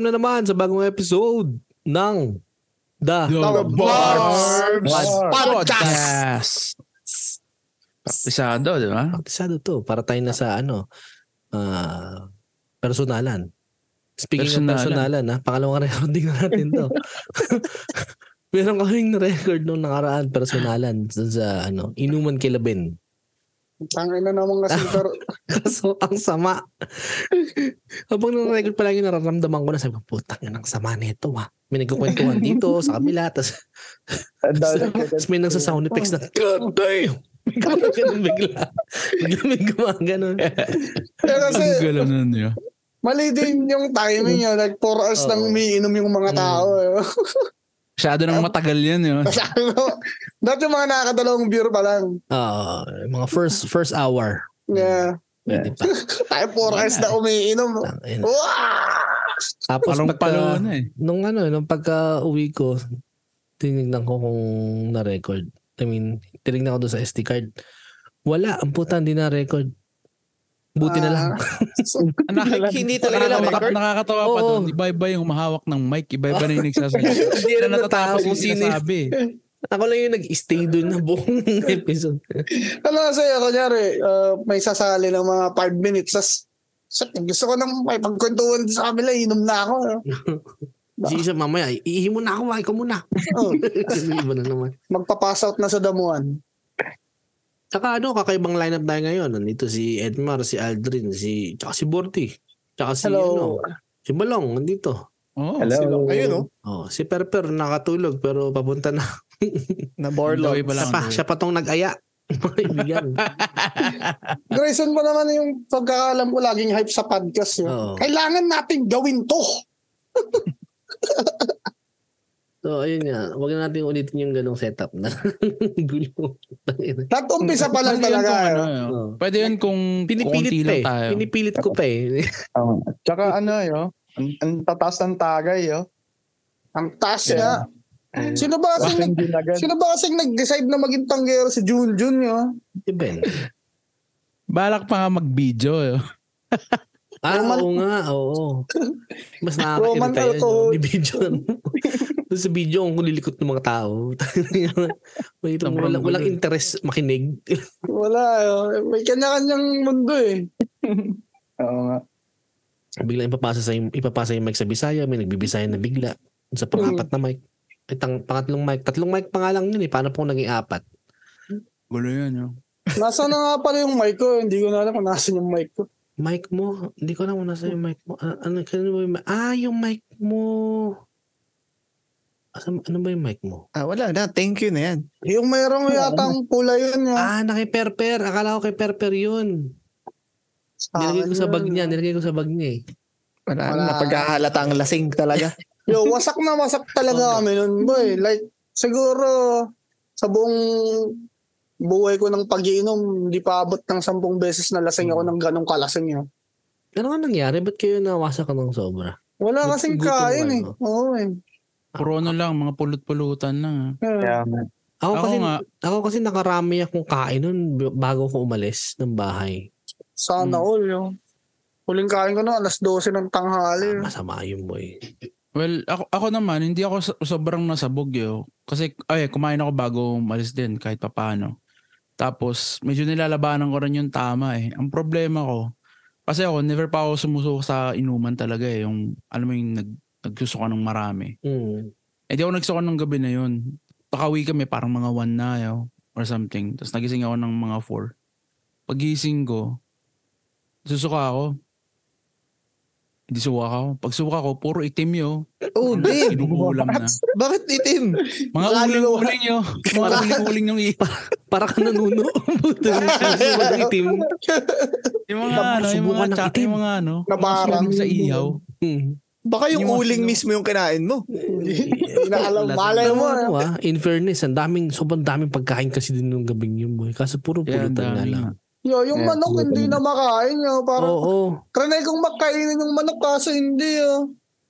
na naman sa bagong episode ng The The Barbs Podcast. Praktisado, di ba? Paktisado to. Para tayo na sa ano, ah, personalan. Speaking Personalan. of personalan, ha? pangalawang recording na natin to. Meron kaming record nung nakaraan, personalan, sa, sa ano, inuman kay Laben. Tangin na naman kasi pero Kaso, ang sama. Habang nang-record pa lang yun, nararamdaman ko na, sabi ko, putang yun, ang sama nito, ha. May nagkukwentuhan dito, sa kabila, tas Tapos may nang sa sound effects na, God damn! May gumagano'n bigla. Bigla may gumagano'n. Pero kasi Ang galam na niya. mali din yung timing yun. Like 4 hours Oo. nang umiinom yung mga tao. eh. Masyado nang matagal yan, yun. Kasi ano, dati yung mga nakakadalawang beer pa lang. Oo, mga first first hour. Yeah. Hindi pa. Tayo 4 hours na umiinom. Tangina. Wow! Tapos Parang pagka, palo na eh. nung ano, nung pagka uwi ko, tinignan ko kung na-record. I mean, tinignan ko doon sa SD card. Wala, ang puta, hindi na-record. Buti na lang. Nakik- Hindi Nakaka- talaga nakaka- na-record. nakakatawa pa Oo. doon. Iba-iba yung humahawak ng mic. Iba-iba na yung nagsasalita. Hindi na natatapos yung sinasabi. Ako lang yung nag-stay doon na buong episode. Ano kasi, kunyari, uh, may sasali ng mga 5 minutes. Tapos, gusto ko nang may pagkwentuhan sa kabila, inom na ako. Sisa, mamaya, iihi mo na ako, wai ko muna. Oh, Iba na naman. magpa-pass out na sa damuhan. Saka ano, kakaibang lineup tayo ngayon. Nandito si Edmar, si Aldrin, si tsaka si Borty. Tsaka si ano, Hello. si Balong nandito. Oo. Hello. Ayun, oh. Oh, si Perper nakatulog pero papunta na. Na Daway Borlog. pa lang. Siya pa, siya pa tong nag-aya. Mga kaibigan. Grayson pa naman yung pagkakalam ko laging hype sa podcast. Yun. Oo. Kailangan natin gawin to. So, ayun nga. Huwag na natin ulitin yung ganong setup na gulo. Tangina. At umpisa pa lang Pwede yun talaga. kung ano, eh. yun. Oo. Pwede yun kung Pinipilit konti pa lang eh. tayo. Pinipilit ko pa eh. Um, tsaka ano yo, ang, ang tataas ng tagay yo. Ang taas Yeah. niya. Mm. Sino ba kasi Bakit nag, hindi na ganun? sino ba kasi nag-decide na maging tanggero si Jun Jun yun? Si Ben. Balak pa nga mag-video. eh. yun. Ah, Roman- oo nga, oo. Mas Roman nakakairita yun. alcohol. Yung video. Doon sa video, ang kulilikot ng mga tao. May itong Sobrang walang, gulo walang eh. interest makinig. Wala. eh. May kanya-kanyang mundo eh. Oo nga. Bigla ipapasa sa ipapasa yung mic sa Bisaya, may nagbibisaya na bigla. Sa Mm. pang-apat na mic. Ay, tang, pangatlong mic. Tatlong mic pa nga lang yun eh. Paano po naging apat? Gulo yun. yun. Nasaan na nga pala yung mic ko? eh. Hindi ko na alam kung nasaan yung mic ko. Mic mo? Hindi ko na muna sa yung mic mo. Ah, ano, kanino ba yung mic? Ah, yung mic mo. Asa, ano ba yung mic mo? Ah, wala na. Thank you na yan. Yung mayroong yata ang kulay yun. Yung Ah, na kay Perper. Akala ko kay Perper yun. Nilagay ko sa bag niya, nilagay ko sa bag niya eh. Wala, Wala. wala. napaghahalata ang lasing talaga. Yo, wasak na wasak talaga kami nun, boy. Like, siguro, sa buong buhay ko ng pagiinom, hindi pa abot ng sampung beses na lasing ako ng ganong kalasing yun. Ano nga nangyari? Ba't kayo nawasa ka ng sobra? Wala Gut- kasing gutom kain ka, eh. no? Oo eh. Puro ano lang, mga pulot-pulutan lang. ah. Kaya Yeah. nga. Ako, Ako Oh, kasi, nga. ako kasi nakarami akong kain nun b- bago ko umalis ng bahay. Sana Hmm. Mm. all yun. Huling kain ko na, alas 12 ng tanghali. Ah, Masama yun boy. Well, ako, ako naman, hindi ako so- sobrang nasabog yo. Kasi, ay, kumain ako bago umalis din, kahit papano. Tapos, medyo nilalabanan ko rin yung tama eh. Ang problema ko, kasi ako, never pa ako sumusuko sa inuman talaga eh. Yung, alam mo yung nag, nagsusuka ng marami. Mm. Eh, di ako nagsuka ng gabi na yun. Pakawi kami, parang mga one na yo, or something. Tapos nagising ako ng mga four. Pagising ko, susuka ako. Hindi suka ako. Pag suka ko, puro itim yo. oh, Dave. Inuulam na. Bakit itim? Mga uling-uling yun. Mga uling-uling yung ipa. Para ka nanuno. Buti na lang. itim. Yung mga ano, yung mga Subukan ng chat, itim. yung mga ano. Na parang- Sa ihaw. Mm. Baka yung Yung mga uling sino- mismo yung kinain mo. Inaalam, Lasing. malay Pero mo. eh. ano ah, in fairness, ang daming, sobrang daming pagkain kasi din nung gabing yun boy. Kaso puro Yeah, ang pulutan nga dami lang. nga. Yo, yung Yeah, manok, hindi na makain yo. Oo, Parang, oo. trinay kong makainin yung manok kaso hindi yo.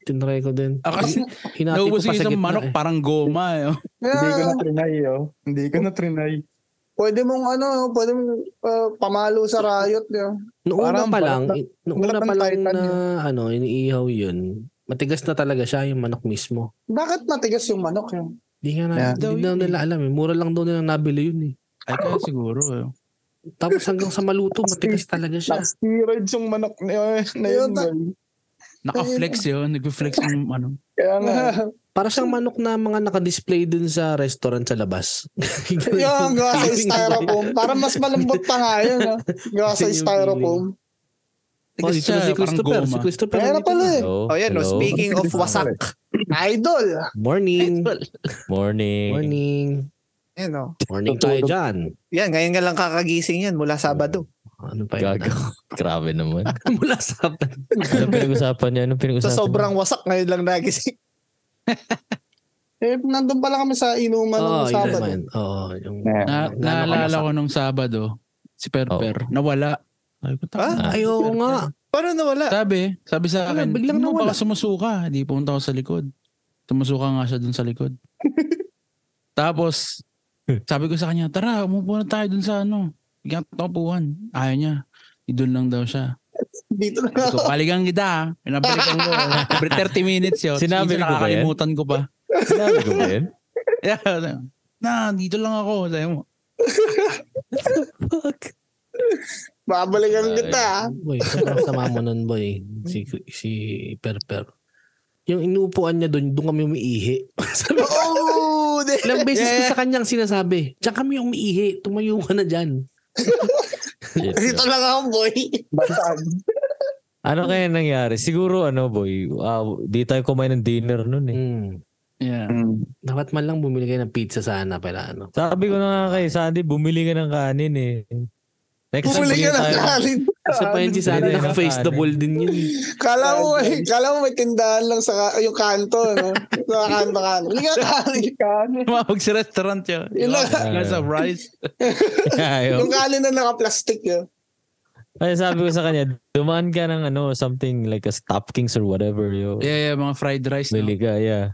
Tinry ko din. Ah, kasi Hinati ko naubos pa yung sa isang gitna manok, eh. parang goma. Eh. Yeah. Hindi ko na trinay yo. Hindi ko na trinay. Pwede mong ano, pwede mong uh, pamalo sa riot. Yo. Noong una Parang pa lang, eh, balat noong una balat pa ng lang Titan na ano, iniihaw yun, Matigas na talaga siya yung manok mismo. Bakit matigas yung manok eh? yun? Hindi nga na, Yeah. hindi Daw daw yun nila alam eh. Mura lang daw nila nabili yun eh. Ay, kaya siguro. Eh. Tapos hanggang sa maluto, matigas talaga siya. Last steroids yung manok oh, na, na yun. Ayun, ta- girl. Naka-flex yun. Nag-flex yung ano. Kaya nga. Para siyang manok na mga nakadisplay dun sa restaurant sa labas. yung gawa sa feeling ko. styrofoam. Para mas malambot pa nga yun. No? Gawa sa Yun yung styrofoam. Oh, Tigas dito siya, na si parang Christopher. goma. Si Christopher. Kaya na nandito pala eh. Hello? Oh, yan. Oh, Hello? speaking of wasak. Idol. Morning. Morning. Morning. Yan, oh. Morning tayo dyan. Yan, ngayon ka lang kakagising yan mula Sabado. Ano pa yun? Gago. Grabe naman. Mula sa Ano pinag-usapan niya? Sa Ano pinag-usapan sobrang wasak, ngayon lang nagising. Eh, nandun pala kami sa Oh, inuman Oo, ng yun Sabado. naman. Oo, yung... Yeah. Na, Gaano naalala kalasak? ko nung Sabado, si Perper, nawala. Sabi ko, "Taka Ah, na, Ay, si oo Perper." nga. Paano nawala? Sabi, sabi sa Wala, akin, biglang biglang nawala. nawala." Baka sumusuka. Di pumunta ako sa likod. Sumusuka nga siya dun sa likod. Tapos, sabi ko sa kanya, tara, umupo na tayo dun sa ano. Bigyan ko tapuan. Ayaw niya. Idun lang daw siya. Dito na So, paligan kita ha. Pinabalikan ko. Every 30 minutes yun. Minsan Sinabi ko ba yan? nakakalimutan ko pa. Sinabi ko ba yun? Yeah. na, dito lang ako. Sabi mo, Babalikan Ay. kita. ah. Boy, sobrang sama mo nun, boy. Si, si Perper. Yung inuupuan niya doon, doon kami umiihi. Sabi ko, Oh, de- ilang beses ko sa kanyang sinasabi, diyan kami umiihi, tumayo ka na dyan. Shit, dito no. lang ako, boy. Basag. Ano kaya nangyari? Siguro ano boy, ah, di tayo kumain ng dinner noon eh. Hmm. yeah. Mm, Dapat man lang bumili kayo ng pizza sana pala, ano. Sabi ko na nga kay Sandy, bumili ka ng kanin eh. Next Bumili ka bigyan ng tayo- kanin. Kasi pa yun si Sandy, Hindi, naka-face the nakaano. ball din yun. Kala mo, eh, kala mo may tindahan lang sa ka- yung kanto, no? Sa kanto-kanto. Bili ka ng kanin. Kanin. Tumawag sa restaurant yun. Yun lang. Glass of rice. Ayaw. Yung kanin na eh. naka-plastic yun. Kaya sabi ko sa kanya, dumaan ka ng ano, something like a Stopkings or whatever. Yo. Yeah, yeah, mga fried rice. No? Bili ka, yeah.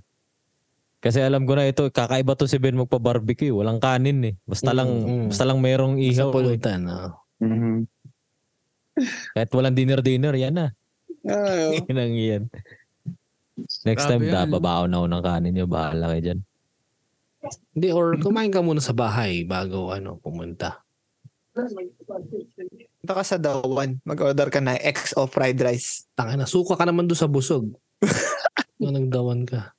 Kasi alam ko na ito, kakaiba to si Ben magpa-barbecue. Walang kanin eh. Basta lang, Mm, mm. basta lang merong Sa ihaw. eh. pulutan, ah. Mhm. Kahit walang dinner-dinner, yan na. Ayun. Yan ang yan. Next Grabe time, da, yan. babaon na ako ng kanin nyo. Bahala kayo dyan. Hindi, or kumain ka muna sa bahay bago ano pumunta. Punta ka sa Dawan. Mag-order ka na X o fried rice. Tangina, suka ka naman doon sa busog. Nung nagdawan ka.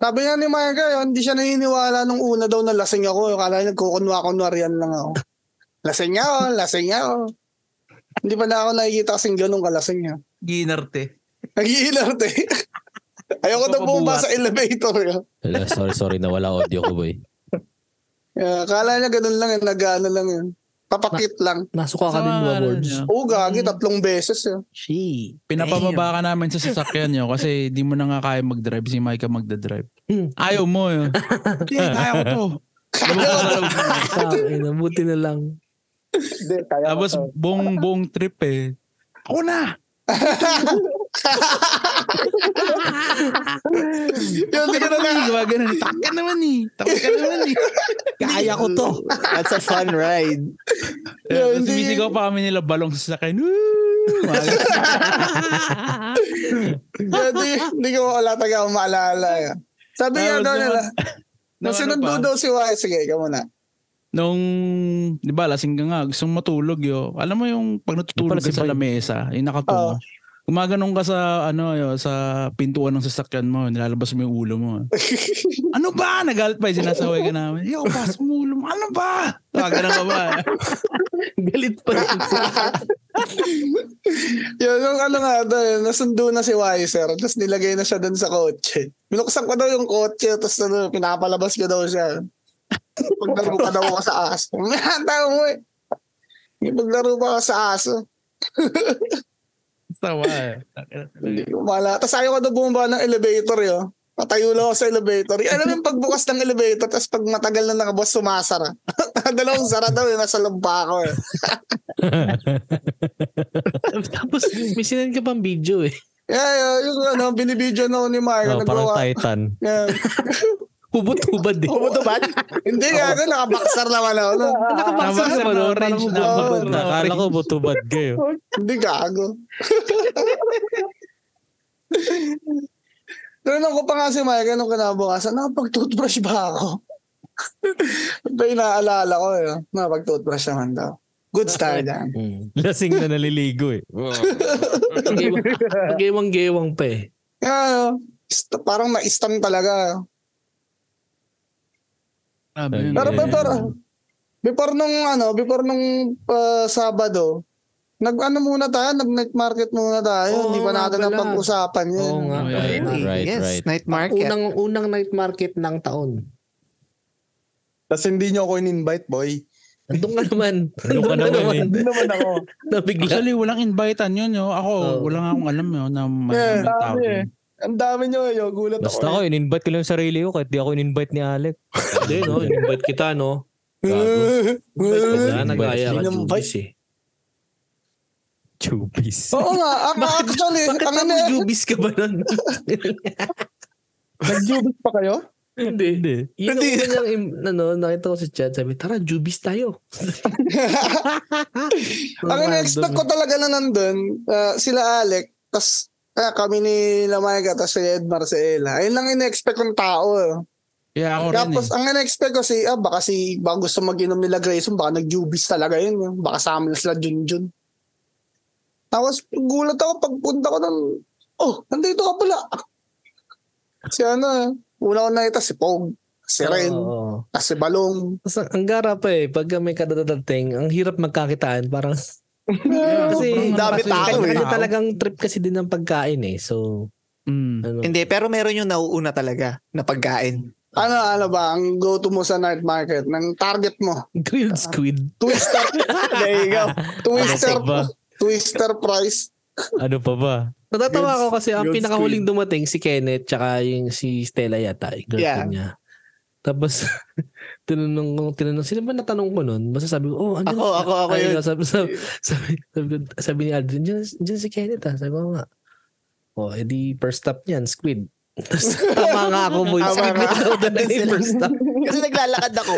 Sabi nga ni Micah, yun, hindi siya naniniwala nung una daw na lasing ako. Kala niya nagkukunwa-kunwarian lang ako. Lasing niya ako, lasing niya ako. Hindi pa na ako nakikita kasing ganun kalasing niya. Ginarte. Nag-iinarte. Ayoko daw bumaba sa elevator. eh. Yun. Wala, sorry, sorry na wala audio ko, boy. Yeah, kala niya ganun lang yun, nag-ano lang yun. Papakit lang. Nasuka ka Sa din mga ba, ano Bords? niya, Oo, gagi, tatlong beses eh. yun. She. Pinapababa ka namin sa sasakyan nyo kasi di mo na nga kaya mag-drive. Si Micah magdadrive. Hmm. Ayaw mo eh. yun. Hindi, kaya ko to. Tangina, ah, buti na lang. Hindi, kaya ko Tapos to. buong buong trip eh. Ako na! Yun, hindi ko na Ano gawa ganun? Taka naman eh. Taka ka naman eh. Kaya ko to. That's a fun ride. Yeah, Tapos Yeah, hindi- sumisigaw pa kami nila balong sa sasakyan. Woo! Yun, Hindi hindi ko wala taga akong maalala. yun. Sabi nga Tapos daw naman- nila, Nung nung ano sinundo pa? daw si Wai, sige, ikaw muna. Nung, di ba, lasing ka nga, gusto mong matulog yo. Alam mo yung pag natutulog Yung ka pala si sa Boy. lamesa, yung nakatungo. Gumaganong ka sa, ano, yo, sa pintuan ng sasakyan mo, nilalabas mo yung ulo mo. ano ba? Nagalit pa, yung sinasaway ka namin. Yo, pas mo ulo mo. Ano ba? Tawagan ka ba? Galit pa rin. Yun, yung ano nga daw, yun, nasundo na si Weiser, tapos nilagay na siya dun sa kotse. Binuksan ko daw yung kotse, tapos ano, pinapalabas ko daw siya. Paglaro pa daw ako sa aso. Tao mo eh. Yung Paglaro pa ako sa aso. Tawa eh. Hindi ko mala. Tapos ayaw ko daw bumaba ng elevator yun. Patayo lang ako sa elevator. Yung Alam mo yung pagbukas ng elevator, tapos pag matagal na nakabukas, sumasara. Dalawang sara daw, yun, nasa loob pa ako eh. Tapos, may sinan ka pang video eh. Yeah, yeah, yung ano, binibidyo na ako ni Mario. Oh, parang nagawa. Titan. Yeah. Hubot-hubad eh. Kumutubad? oh, Hindi nga, ako, nakabaksar naman ako. no? Nakapaksa ka ba doon? Parang Orange na. hubad-hubad. hubot-hubad. Nakala ko butubad kayo. Hindi gago. Tinanong ko pa nga si Mike, anong kinabukasan? Nakapag-toothbrush ba ako? Ito yung naalala ko. Eh. Nakapag-toothbrush naman daw. Good start yan. Mm. Lasing na naliligo eh. Gewang-gewang pa eh. Yeah, ist- ano, parang na-stun talaga. Grabe Okay. yun. Pero, Yeah. pero, pero, before nung, ano, before nung ah, Sabado, nag ano muna tayo, nag night market muna tayo. Oo, Hindi pa nga natin pala. napag-usapan yun. Oo nga. Oh, yeah. Ayun eh. Right, yes, right. night market. Unang, unang night market ng taon. Tapos hindi nyo ako in-invite, boy. Nandun ka naman. Nandun ka naman eh. Hindi naman ako. Nabigla. Actually, walang invitan yun. Yo. Ako, Oh. wala nga akong alam yun na may Yeah, may tao. sabi doon. Ang dami nyo, eh, yo. Gulat Basta ako, ako. in-invite ko lang yung sarili ko kahit di ako in-invite ni Alec. Hindi, no? oh. Invite kita, no? Wala, nag-aya ka, Invite. Jubis eh. Chubis. Oo nga, ac- actually, Bakit ang naman ina- Jubis ka ba nun? Nag-jubit pa kayo? Hindi. Hindi. Yun Hindi. ang unang, im- ano, nakita ko sa chat, sabi, tara, Jubis tayo. Ang in-expect ko talaga na nandun, ah, sila Alec, tas ah, kami ni Lamayga, tas si Ed Marcela. Ayun lang in-expect kong tao. eh. Yeah, ako rin Tapos eh. ang in-expect ko si, ah, baka si, baka gusto mag-inom nila Grayson, baka nag-jubies talaga yun. eh. Baka sama na sila Junjun. Tapos gulat ako pagpunta ko ng, oh, nandito ka pala. Si ano, eh, una ko nakita si Pog, si Ren, Oo. tas si Balong. Tapos ang- ang gara pa eh, pag may kadadating, ang hirap magkakitaan, parang Yeah, kasi sobrang dami kasi- tao eh. kanya talagang trip kasi din ng pagkain eh. So, Mm. ano, Hindi, pero meron yung nauuna talaga na pagkain. Ano, ano ba, ang go-to mo sa night market, ng target mo, grilled squid. twister, There you go. twister, Classic ba? twister price. Ano pa ba? Natatawa ako kasi ang grilled pinakahuling dumating si Kenneth tsaka yung si Stella yata, yung girlfriend niya. Tapos, tinanong ko, tinanong, sino ba natanong ko nun? Basta sabi ko, oh, Ah, andyan Ako, si- ako, ako Ayun yun. nga, Sabi, sabi, sabi, sabi, ko- sabi ni Aldrin, dyan, dyan si Kenneth ah. Sabi ko nga, oh, edi first stop niyan, squid. Tapos tama nga ako boy. Tama Squid nga. na daw dala yung Sila- first stop. Kasi naglalakad ako.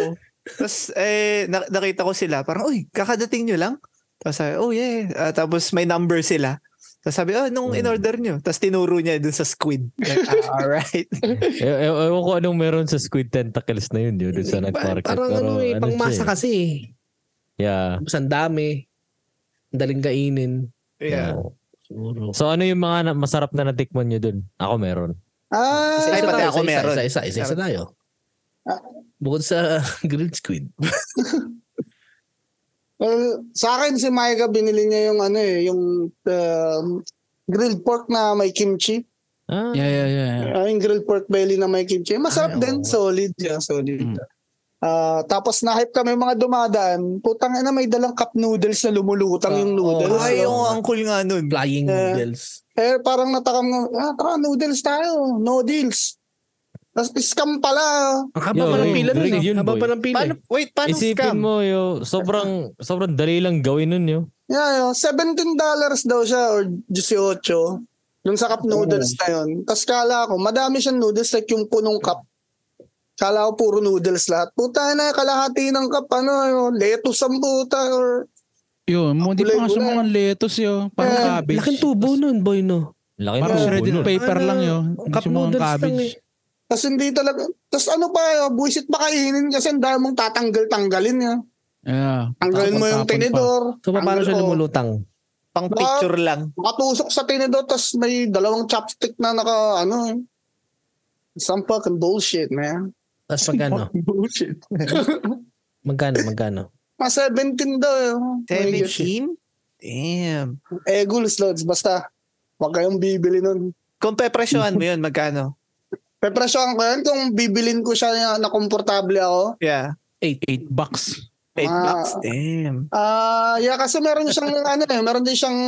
Tapos eh, na- nakita ko sila. Parang, uy, kakadating nyo lang? Tapos sabi, oh yeah. Ah, tapos may number sila. Tapos sabi, oh, nung Mm. in-order nyo? Tapos tinuro niya dun sa squid. Like, ah, alright. E- e- ewan ko anong meron sa squid tentacles na yun, yun, dun sa night market. Eh, Parang Pero ano eh, siya pangmasa kasi eh. Yeah. Tapos ang dami. Ang daling kainin. Yeah. Oo. Siguro. So ano yung mga na- masarap na natikman nyo dun? Ako meron. Ah, Ay, pati tayo, ako isa-isa, meron. Isa-isa, isa-isa tayo. Ah. Bukod sa grilled squid. Well, sa akin si Micah binili niya yung ano eh, yung um, grilled pork na may kimchi. Ah, Yeah, yeah, yeah. yeah. Ah, yung grilled pork belly na may kimchi. Ay, Masarap din, oo. solid yan, solid. Mm. Ah, tapos na-hype kami mga dumadaan. Putang ina may dalang cup noodles na lumulutang Ah, yung oo. noodles. Ay, Ay, yung oo. ang cool nga nun. Flying Eh. noodles. Eh, parang natakam nga, ah, tara, noodles tayo. No deals. Tapos scam pala. Ang haba Yo, pa ng yun, pila nun. yun, ah. yun, Haba boy. pa ng pila. Paano, wait, paano Isipin scam? mo yo, sobrang sobrang dali lang gawin nun yo. Yeah, yun. $17 daw siya or 18. Yung sa cup noodles na yun. Tapos kala ko, madami siyang noodles like yung punong cup. Kala ko puro noodles lahat. Puta na, kalahati ng cup, ano, yun, lettuce ang puta. Or, Yun, hindi pa nga Kulay-kulay. siya mukhang lettuce yo. Parang Eh, cabbage. Laking tubo nun, boy, no? Laki Parang ng shredded tubo nun. paper Ano, lang yo. Cup Hindi siya mukhang noodles lang cabbage. eh. tapos hindi talaga, tapos ano pa, yun, buisit pa kainin kasi ang dami mong tatanggal-tanggalin yun. Yeah. Tanggalin mo Tapon-tapon yung pa. tinidor. So, paano tanggal- siya oh, lumulutang? Pang picture lang. Makatusok sa tinidor, tapos may dalawang chopstick na naka, ano, yun. Some fucking bullshit, man. Tapos magkano? Bullshit. Magkano, magkano? Mas 17 daw. yun. May- 17? Damn. Eh, gulos loads. Basta, huwag kayong bibili nun. Kung pepresyohan mo yun, magkano? Pepresyohan ko yan kung bibilin ko siya na, na komportable ako. Yeah. 8 bucks. 8 Ah. bucks. Damn. Ah, yeah, kasi meron siyang ano eh, meron din siyang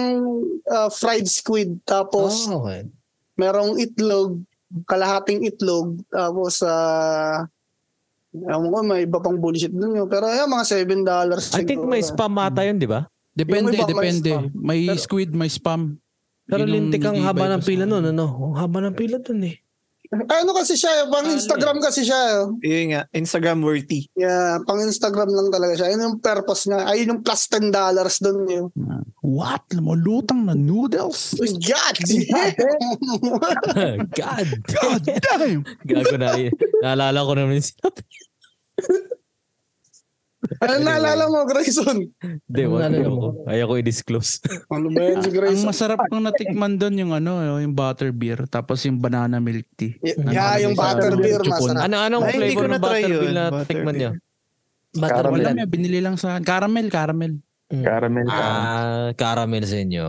ah, fried squid tapos Ah. Oh, okay. merong itlog, kalahating itlog tapos ah ewan ko, may iba pang bullshit dun yun. Pero ayan, mga $7 dollars. I think may spam ata yun, di ba? Depende, Yung iba may depende. spam. May Pero- squid, may spam. Pero Yun ang lintik ang nag-iiba haba ito ng sa pila ah. akin. nun, ano? Ang haba ng pila dun eh. Ano kasi siya, pang Instagram kasi siya. eh. Yun nga, Instagram worthy. Yeah, pang Instagram lang talaga siya. Ayun yung purpose niya. Ayun yung plus 10 dollars doon yun. What? Malutang na noodles? Oh, God! God. God damn! Gago na. eh. Naalala ko naman yung sinabi. ano naalala mo, Grayson? Hindi, Ano wag naalala ayaw mo? ko. Ayaw ko i-disclose. Ano ba yun si Ang Grayson? masarap kong natikman doon yung ano, yung butter beer, tapos yung banana milk tea. Y- Ang yeah, yung sa- butterbeer masarap. Ano, anong Ay, hindi ko flavor ng na-try butterbeer yun. na Butterbeer. tikman niya? Butter Caramel. wala Wala, na. may binili lang sa akin. Caramel, caramel. Caramel. Ah. Ah, caramel sa inyo.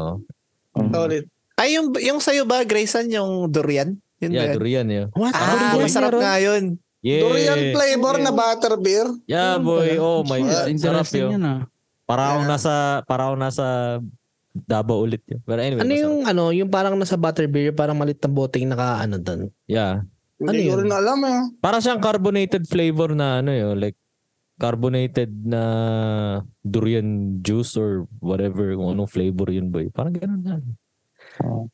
Solid. Ay, yung, yung sa'yo ba, Grayson, yung durian? Yun ba Yeah, yun? durian yun. What? Ah, Durian masarap meron? nga yun. Yeah. Durian flavor na butterbeer. Yeah, boy. Oh my God. Sarap Interesting yun. yun ah. Para akong nasa, para akong nasa Davao ulit yun. But anyway, Ano masarap. yung ano, yung parang nasa butterbeer, parang malit na boteng naka ano doon. Yeah. Ano Hindi ko yun? rin alam eh. Para siyang carbonated flavor na ano yun. Like, carbonated na durian juice or whatever kung anong flavor yun boy. Parang ganun na. Oh.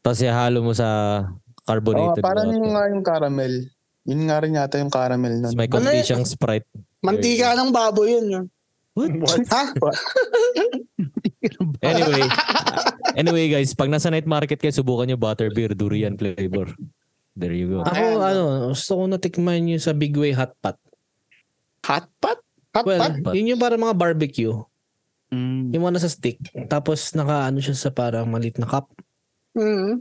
Tapos ihalo mo sa Oh, carbonated parang water. yung nga yung caramel. Yun nga rin yata yung caramel Tapos nun. may Ano konti yun? siyang Sprite. Mantika ng baboy yun. What? Ha? Anyway, anyway guys, pag nasa night market kayo, subukan nyo butterbeer durian flavor. There you go. Ako Ah, Ayan. ano, gusto ko natikman yung sa Big Way Hot Pot. Hot pot? Hot Well, pot? Hot Pot. yun yung parang mga barbecue. Mm. Yung mga nasa stick. Tapos naka ano siya sa parang malit na cup. Mm.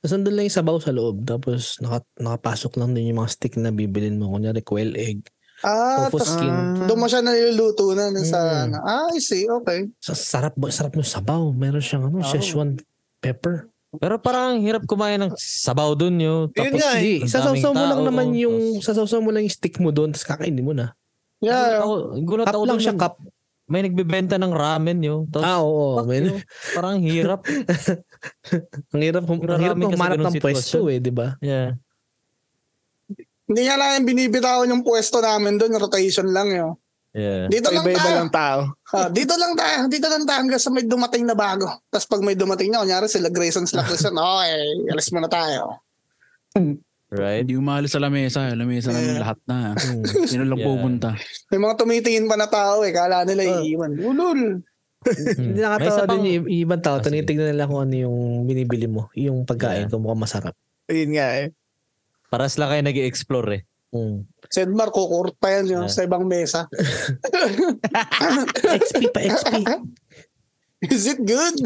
Tapos nandun lang yung sabaw sa loob. Tapos naka, nakapasok lang din yung mga stick na bibilin mo. Kunyari, quail egg, Ah, tofu tas skin. doon mo siya niluluto na dun sa Mm. ano. Ah, I see. Okay. Sa sarap, ba- sarap yung sabaw. Meron siyang ano, Szechuan pepper. Pero parang ang hirap kumain ng sabaw dun yun. Yun Tapos, nga eh. Hindi, ang sasawsaw mo daming lang tao, naman yung, tapos- sasawsaw mo lang yung stick mo doon, tapos kakainin mo na. Yeah. ako, gulat Cup ako lang dun siya, ng- cup. May nagbebenta ng ramen yun. Tapos, Ah, oo. fuck man. yun. Parang hirap. Ang hirap, ang Maraming hirap kasi humanap ganung ng pwesto eh, di ba? Yeah. Hindi nga lang yung binibitawan yung pwesto namin doon, rotation lang yun. Yeah. Dito lang Iba-iba tayo. lang tao. Ah, dito lang tayo. Dito lang tayo hanggang sa may dumating na bago. Tapos pag may dumating na, kunyari sila Grayson Slackerson, okay, alis muna tayo. Right? Hindi umalis sa lamesa. eh. Lamesa namin Yeah. lahat na. eh. Hmm. Sino lang Yeah. pupunta? May mga tumitingin pa na tao eh, kala nila Ah. iiwan. Ulol. Hmm. Hindi May isa nakatawa pang- din yung i- ibang tao. Ah, sige. Tinitignan nila kung ano yung binibili mo. Yung pagkain, kung mukhang masarap. Yun nga eh. Paras lang kayo nag explore eh. Mm. Si Edmar, kukurt pa yan yun Yeah. sa ibang mesa. XP pa, XP. Is it good?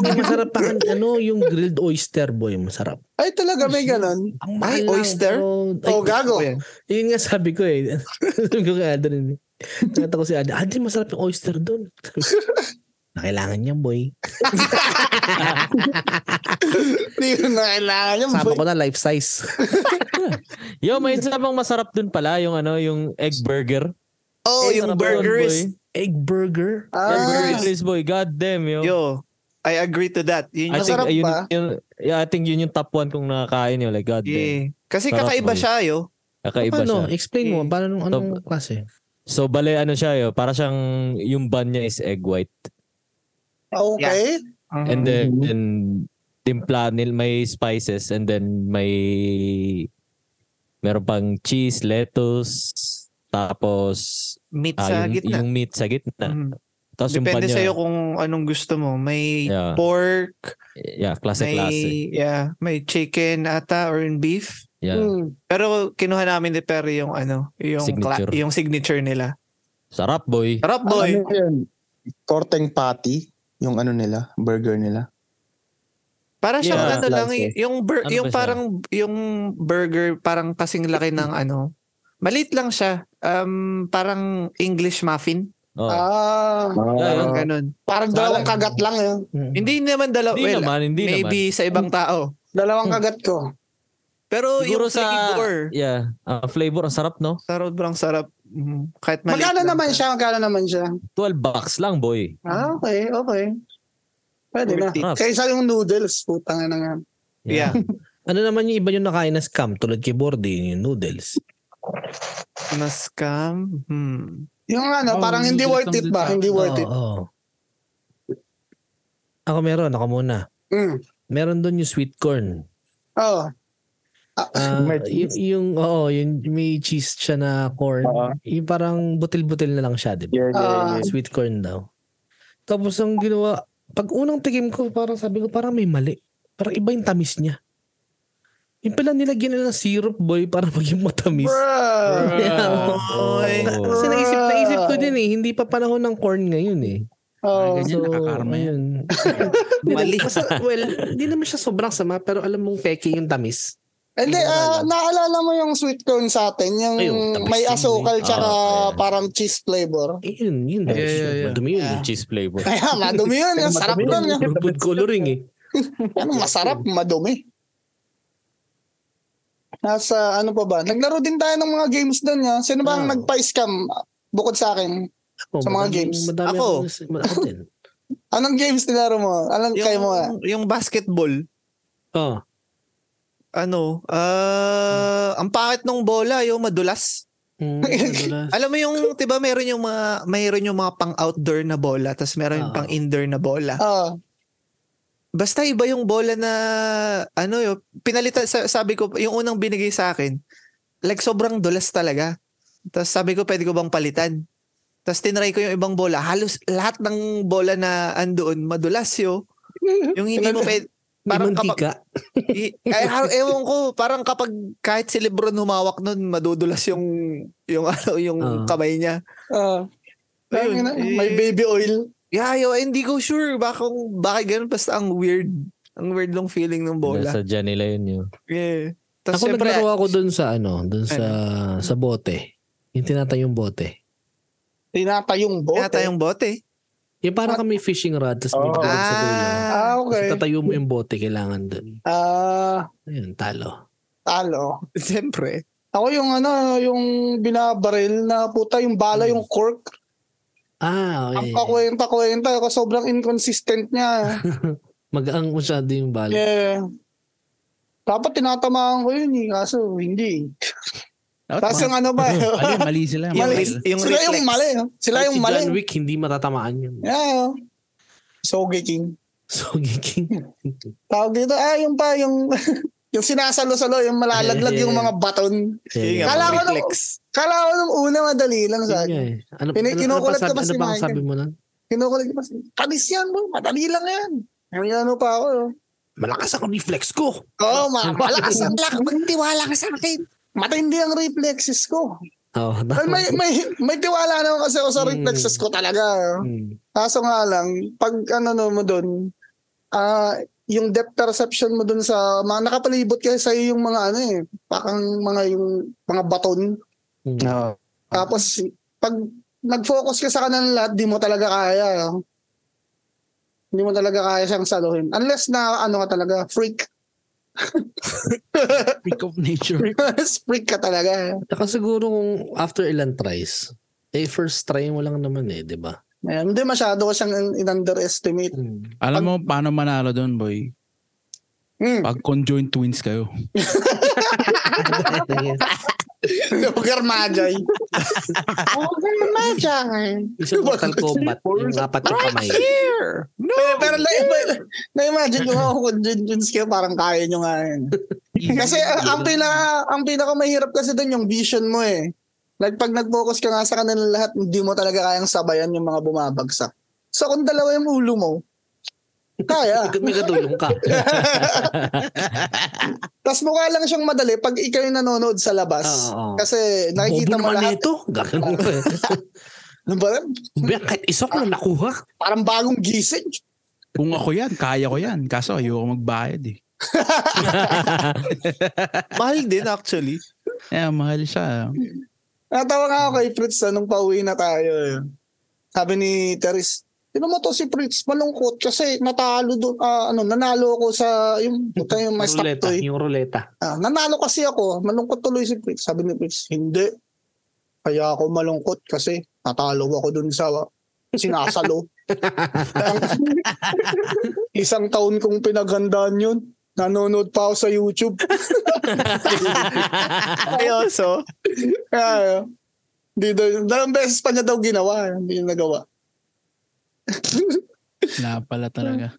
Ang masarap pa. ang Ano yung grilled oyster boy, masarap. Ay talaga may ganun. Ang mahal Ay, lang, oyster? pero- Ay, Oh, gago. Ayan. Yun nga sabi ko eh. Sabi ko kay Adrian. eh. Nakita ko si Adrian. Adrian, masarap yung oyster doon. Nakailangan niya, boy. Hindi ko na kailangan yun. Sama boy. ko na life size. Yo, may isa pang masarap dun pala, yung ano, yung egg burger. Oh, Sarap yung yun, burgers. boy. Egg burger. Egg burger Ah, is this boy. God damn, yo. Yo, I agree to that. Yun I yung think Masarap ayun, ba? yun, yeah, I think yun yung top one kung nakakain yun. Like, god damn. Yeah. Kasi Sarap, kakaiba boy. siya, yo. Kakaiba Paano? siya. Explain mo. Eh, Paano nung anong klase? So, bale, ano siya yun? Para siyang, yung bun niya is egg white. okay. Mm-hmm. And then, and timpla nil may spices and then may meron pang cheese, lettuce, tapos Meat ah, sa yung, gitna. yung meat sa gitna. Mhm. Tapos yung pan Depende niya, sa'yo kung anong gusto mo. May Yeah. pork, yeah, may, klase-klase. yeah, may chicken ata or in beef. Yeah. Hmm. Pero kinuha namin ni Perry yung ano, yung signature, Signature. yung signature nila. Sarap, boy. Sarap boy. Ano yun? Torteng patty. Yung ano nila, burger nila. Para siyang Yeah. ano lang Slices. yung bur- Ano yung ba siya? parang yung burger parang kasing laki ng ano. Malit lang siya. Um parang English muffin. Oh. Ah, Yeah, Parang yun. ganun. parang dalawang kagat lang yun. Mm. Hindi naman dalawa. Hindi Well, naman, hindi naman. maybe sa ibang tao. Dalawang kagat ko. Pero yung Siguro sa- flavor, Yeah. Ang flavor, ang sarap, no? sarap lang sarap. Mm, Kahit maliit Magkano lang naman siya. siya? Magkano naman siya? 12 bucks lang, boy. Ah, okay, okay. Pwede na. Worth it. Kaysa yung noodles, putang ina nga. Yeah. Ano naman yung iba yung nakain na scam tulad kay Bordy, yung noodles. Na scam. Hmm. Yung ano, Oh, parang hindi noodles worth it ang ba? dito. Hindi worth Oo, it. oo. Ako meron, ako muna. Mm. Oh, Meron doon yung sweet corn. Oo. Ah, May y- yung, oo, yung may cheese siya na corn. Oo. Yung parang butil-butil na lang siya, di ba? Yeah, Ah. yeah, yeah. Sweet corn daw. Tapos ang ginawa, pag unang tikim ko, parang sabi ko, parang may mali. Parang iba yung tamis niya. Yung pala nilagyan nila ng syrup, boy, para maging matamis. Ah, Bruh. Yeah. Oh. Kasi naisip, naisip ko din eh, hindi pa panahon ng corn ngayon eh. Oh. Ganyan, So, nakakarma yan. ayun. Mali. Basta, well, hindi naman siya sobrang sama, pero alam mong peke yung tamis. Hindi, ah, naalala mo yung sweet corn sa atin, yung Ayun, tapos may yun, asukal eh. tsaka Ah, okay. parang cheese flavor. Eh, yun, yun. Yeah, yeah, yeah. Madumi yun. eh. Cheese flavor. Kaya madumi yun, yung sarap Madumi nun. yun. yun. Food coloring eh. Ano, masarap, madumi. Nasa ano pa ba? Naglaro din tayo ng mga games doon. Ha? Sino ba ang Ah. nagpa-scam bukod sa akin? Oh, Sa mga madami- games. Madami Ako. akong- Ako din. Anong games nilaro mo? Anong Yung, kayo mo? ah? yung basketball, Oh. ano, ah, ang pangit nung bola, yung madulas. Mm, madulas. Alam mo yung, 'di ba, meron yung mga mayroon yung mga pang-outdoor na bola, tapos meron yung Ah. pang-indoor na bola. Oo. Basta iba yung bola na ano yun, pinalitan sa- sabi ko yung unang binigay sa akin. Like sobrang dulas talaga. Tapos sabi ko pwede ko bang palitan? Tapos tinry ko yung ibang bola. Halos lahat ng bola na andoon madulas yo. Yung hindi mo pwede, May parang kapag, mantika. i- ay, har- ewan ko, parang kapag kahit si Lebron humawak nun, madudulas yung yung ano, yung Ah. kamay niya. Ah. Tangina, Ayun, may eh. baby oil. Yeah, yo, eh, hindi ko sure baka kung bakit ganun basta ang weird. Ang weird ng feeling ng bola. Nasadya nila yun yun. Yeah. Tapos Ako syempre, naglaro ako dun sa ano, dun sa sa bote. Yung tinatayong bote. Tinatayong bote. kaya tayong bote. Yung parang kami fishing rod, tapos may Oh. board sa dulo. Ah, Ah, Kasi okay. tatayo mo yung bote, kailangan dun. Ah, Ayun, talo. talo. siyempre. Ako yung ano, yung binabaril na puta, yung bala, yung cork. Ah, okay. Ang pakwenta-kwenta ako sobrang inconsistent niya. Mag-ang masyado yung bala. yeah. Dapat tinatamaan ko yun eh, kaso hindi. Dapat Tapos mga- yung ano ba? mali, mali sila. eh. Yung Mali. re- yung sila reflex. yung mali. no? Sila Kahit yung si mali. John Wick, hindi matatamaan yun. Yeah. Soge King. So, giking. Tawag dito, ah, yung pa, yung, yung sinasalo-salo, yung malalaglag yung mga baton. Yung Yeah, Kala ko nung- reflex. Kala ko nung una madali lang Yun sa nga akin. eh. Ano, ano, Pini- ano, pa kinukulat ka sabi, pa ano si ba ang Michael. sabi mo nun? Kinukulit ko pa, kabis yan mo, madali lang yan. Ay, ano pa ako. no? Malakas ang reflex ko. Oo, oh, ma- malakas ang lak, magtiwala ka sa akin. Matindi ang reflexes ko. Oh, Well, may, may, may tiwala naman kasi ako sa Mm. reflexes ko talaga. eh. Hmm. Kaso nga lang, pag ano no mo doon, ah yung depth perception mo doon sa mga nakapalibot kasi sa yung mga ano eh, pakang mga yung mga baton. Hmm. Oo. Tapos pag nag-focus ka sa kanilang lahat, di mo talaga kaya. no? Hindi mo talaga kaya siyang saluhin. Unless na ano ka talaga, freak. Freak of nature. freak ka talaga. Saka siguro kung after ilan tries, eh first try mo lang naman eh, di ba? Hmm. Ayan, hindi masyado ko siyang in-underestimate. Alam mo paano manalo doon, boy? Mm. Pag conjoined twins kayo. Lugar Majay. Lugar Majay. Isang Mortal Kombat, yung apat yung kamay. Here! No! Pero, pero na, na-imagine ko ako kung Jun Jun's kayo, parang kaya nyo nga yun. Kasi ang, ang pinaka, ang pinaka mahirap kasi doon yung vision mo eh. Like pag nag-focus ka nga sa kanila lahat, hindi mo talaga kayang sabayan yung mga bumabagsak. So kung dalawa yung ulo mo, kaya. May katulong ka. Tapos mukha lang siyang madali pag ikaw yung nanonood sa labas. Oo. Kasi nakikita Bobo mo naman lahat. ito. Gagano ko eh. Ano ba? Ba, Kahit isa ko lang nakuha. Parang bagong gising. Kung ako yan, kaya ko yan. Kaso ayoko magbayad eh. Mahal din actually. Eh, mahal siya. Natawa nga ako kay Fritz na nung pauwi na tayo. eh. Sabi ni Teres, Tinan mo to si Fritz, malungkot kasi natalo doon, ah, ano, nanalo ako sa, yung, puta yung may stock Ruleta, to eh. yung ruleta. Ah, nanalo kasi ako, malungkot tuloy si Fritz. Sabi ni Fritz, hindi. Kaya ako malungkot kasi natalo ako doon sa sinasalo. Isang taon kong pinaghandaan yun. Nanonood pa ako sa YouTube. Ayoso. Kaya, hindi daw, dalawang beses pa niya daw ginawa, hindi niya nagawa. Na pala talaga.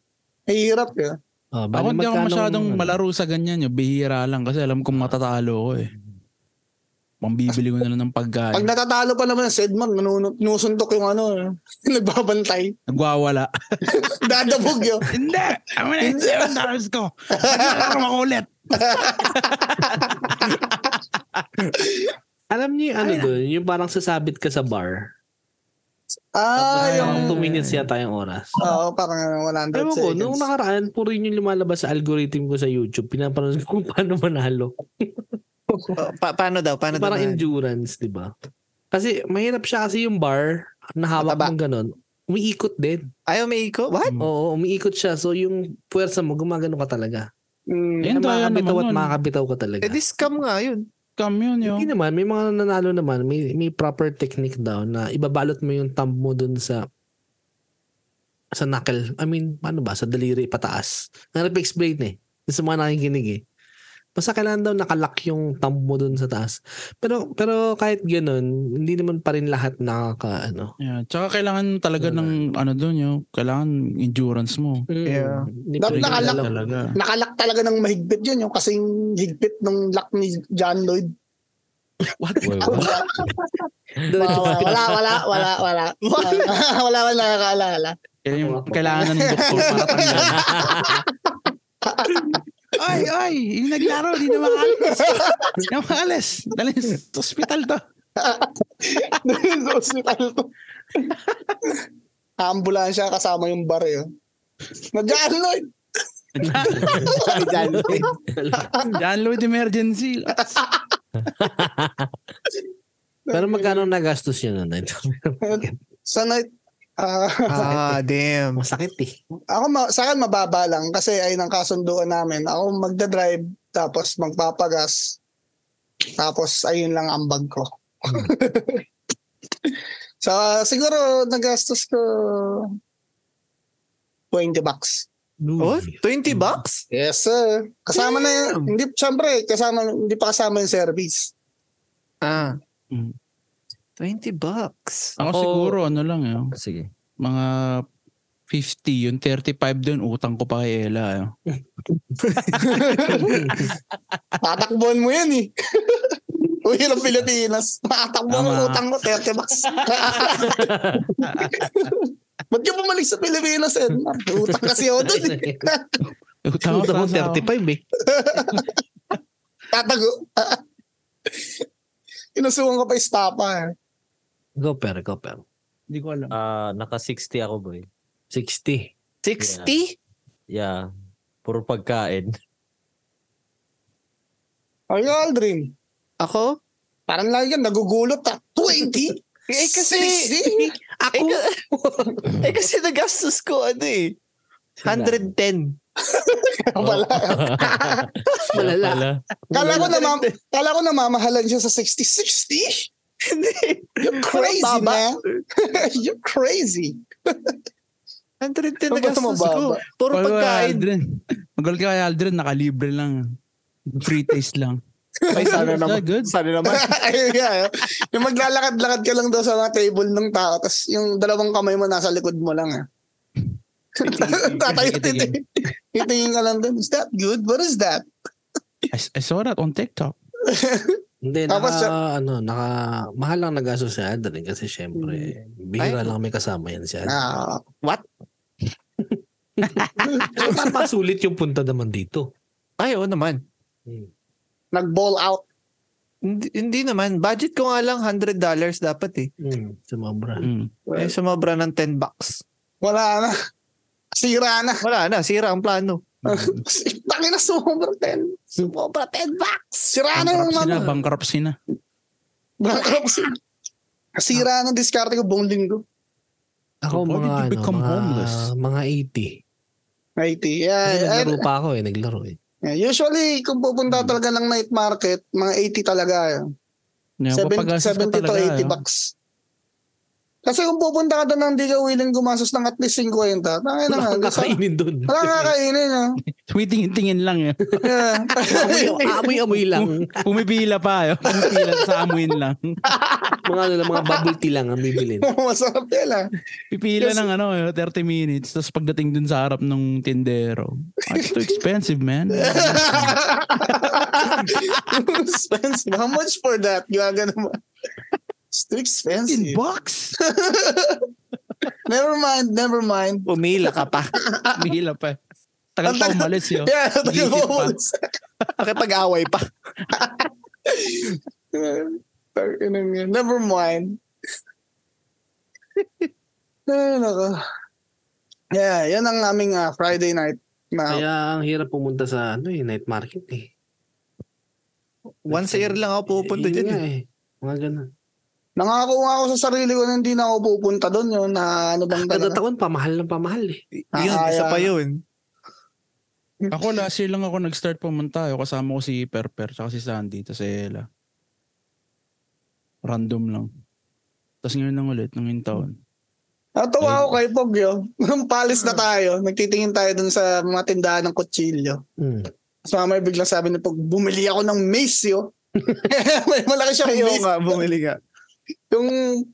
Nahihirap yun. Oh, bali Ako hindi ako magkano- ano? masyadong malaro sa ganyan. Yung bihira lang kasi alam kong matatalo ko eh. Pambibili ko na lang ng Pag pagkain. natatalo pa naman si Edmond, manunot- nusuntok yung ano, eh. nagbabantay. Nagwawala. Dadabog yun. hindi! I'm gonna hit seven dollars ko! Nagkakaroon ako ulit! Alam niyo yung ano doon, yung parang sasabit ka sa bar. Tapos Ah, yung... parang 2 minutes yata yung oras. Oo, parang 100 Alam ko, seconds. nung nakaraan, puro yun yung lumalabas sa algorithm ko sa YouTube. Pinapanood ko kung paano manalo. Pa- pa- paano daw? Paano parang daw? man? endurance, di ba? Kasi mahirap siya kasi yung bar, nahawak Mataba. mong ganun, umiikot din. Ayaw may iko? What? Hmm. Oo, umiikot siya. So yung puwersa mo, gumagano ka talaga. Mm. Kaya Yun, kaya makakabitaw at naman nun. makakabitaw ka talaga. Eh, di scam nga yun. Scam yun yun. Hindi naman, may mga nanalo naman, may, may proper technique daw na ibabalot mo yung thumb mo dun sa sa knuckle. I mean, ano ba, sa daliri pataas. Nag-explain eh. Dun Sa mga nakikinig eh. Basta kailangan daw nakalock yung thumb mo dun sa taas. Pero pero kahit ganun, hindi naman pa rin lahat nakaka ano. Yeah. Tsaka kailangan talaga Wala. ng ano dun yun. Kailangan endurance mo. Yeah. Hindi Mm. Dapat pa rin nakalock. alam. Talaga. Nakalak talaga ng mahigpit yun, yung kasing higpit nung lock ni John Lloyd. What? Wait, what? wala, Diretso wala, ka. wala, wala, wala, wala. Wala, wala, nakakaalala. Kailangan, kailangan na ng doktor para tanggal. ay, ay! Yung naglaro, di na makaalis. Di na makaalis. Dali sa hospital to. Sa ospital to. Ambulansya kasama yung bar yun. Na John Lloyd! Jan. Download emergency. Pero magkano nagastos yun ano? na Sa night, ah, ah, damn. Masakit eh. ako ma- sa akin mababa lang kasi ay ng kasunduan namin. Ako magdadrive tapos magpapagas. Tapos ayun lang ang bag ko. so siguro nagastos ko 20 bucks. Oh, 20 bucks? Yes sir. Kasama na yun. Hindi, syempre, kasama, hindi pa kasama yung service. Ah. Mm. 20 bucks. Oh, Ako Ako- siguro, ano lang yun. Sige. Mga 50, yung 35 dun, utang ko pa kay Ella. eh. Yun. Tatakbuhan mo yan eh. Uwi ng Pilipinas. Makatakbuhan mo Tama. utang ko, 30 bucks. Ba't ka bumalik sa Pilipinas, Ed? Utang kasi ako doon eh. Utang ko sa asawa. eh. Tatago. Inusukan ka pa yung stapa eh. Go per, go per. Hindi ko alam. Ah, naka 60 ako, boy. 60. 60? Yeah. Puro pagkain. Ay, Aldrin. Ako? Parang lagi yan, nagugulot ah. 20? Eh kasi, 60? ako? eh kasi nagastos ko ano eh. 110. Wala. Malala. Wala. Kala ko, namam kala ko namamahalan siya sa 60. 60? Hindi. You're crazy, Mababa. man. You're crazy. 110 Ano na ba gastos ko. tumababa? Puro Wala, pagkain. uh, Aldrin. Magal ka kay Aldrin, nakalibre lang. Free taste lang. Ay, sana is that naman. good? Sana naman. Ayun nga. eh. Yung maglalakad-lakad ka lang daw sa mga table ng tao, tapos yung dalawang kamay mo nasa likod mo lang eh. Tatayo titingin. Titingin ka lang dun. Is that good? What is that? I, I saw that on TikTok. Hindi, Tapos naka, ano, naka, mahal lang nagaso si Adrian kasi syempre, bihira Ay. lang may kasama yan si Adrian. Hmm. Ah, sulit yung punta naman dito. Ay, oo naman. nag-ball out. Hindi, hindi naman. Budget ko nga lang $100 dapat eh. Mm, Hmm. sumobra. Mm. Eh, sumobra ng 10 bucks. Wala na. Sira na. Wala na, sira ang plano. Mm-hmm. Taki na sumobra 10. Sumobra 10 bucks. Sira na yung Bankruptcy na, mga. bankruptcy na. Bankruptcy. Sira na diskarte ko buong linggo. Ako Why did mga, you ano, become mga, homeless? mga IT. 80. Kasi Yeah, naglaro pa ako eh, naglaro eh. yeah. Usually, kung Hmm. pupunta talaga ng night market, mga 80 talaga. Yeah, 70, papagastos ka 70 to talaga, ano? 80 ah. bucks. Kasi kung pupunta ka doon nang hindi ka willing gumastos ng at least 50, tangin na nga. Wala kang gusto- kakainin doon. Wala kang kakainin, ha? Tumitingin-tingin lang eh. yun. Yeah. Amoy-amoy lang. Pumipila pa. Yun. Pumipila sa amuin lang. mga ano lang, mga bubble tea lang ang bibilin. Masarap ah. yan, ha? Pipila Yes. ng ano, eh, 30 minutes. Tapos pagdating dun sa harap ng tindero. "Ah, It's too expensive, man. expensive. How much for that? Gaga naman. It's too expensive. Box! Never mind, never mind. Pumila ka pa. Pipila pa. eh. Tagal pa umalis yun. Yeah, tagal Iisip pa. mo. Nakipag-away pa. Takinan yan. Never mind. Ay, nako. Yeah, yan ang aming ah, Friday night na Kaya ang hirap pumunta sa ano eh, night market eh. Once a year lang ako pupunta Eh, yun nga dyan. eh. eh. Mga ganun. nangako nga ako sa sarili ko na hindi na ako pupunta doon yun na ano bang Kada talaga. taon, pamahal ng pamahal eh. Yun, Ah, isa yeah. pa yun. Ako last year lang ako nag-start pumunta. Yung kasama ko si Perper tsaka si Sandy tapos si Ella. Random lang. Tapos ngayon lang ulit, nung in town. Natawa ako kay Pogyo. Nung palis na tayo, nagtitingin tayo doon sa mga tindahan ng kutsilyo. Mm. Tapos mamaya bigla sabi niya, pag bumili ako ng mace yo. May malaki siyang Ayaw mace. nga, bumili ka. Yung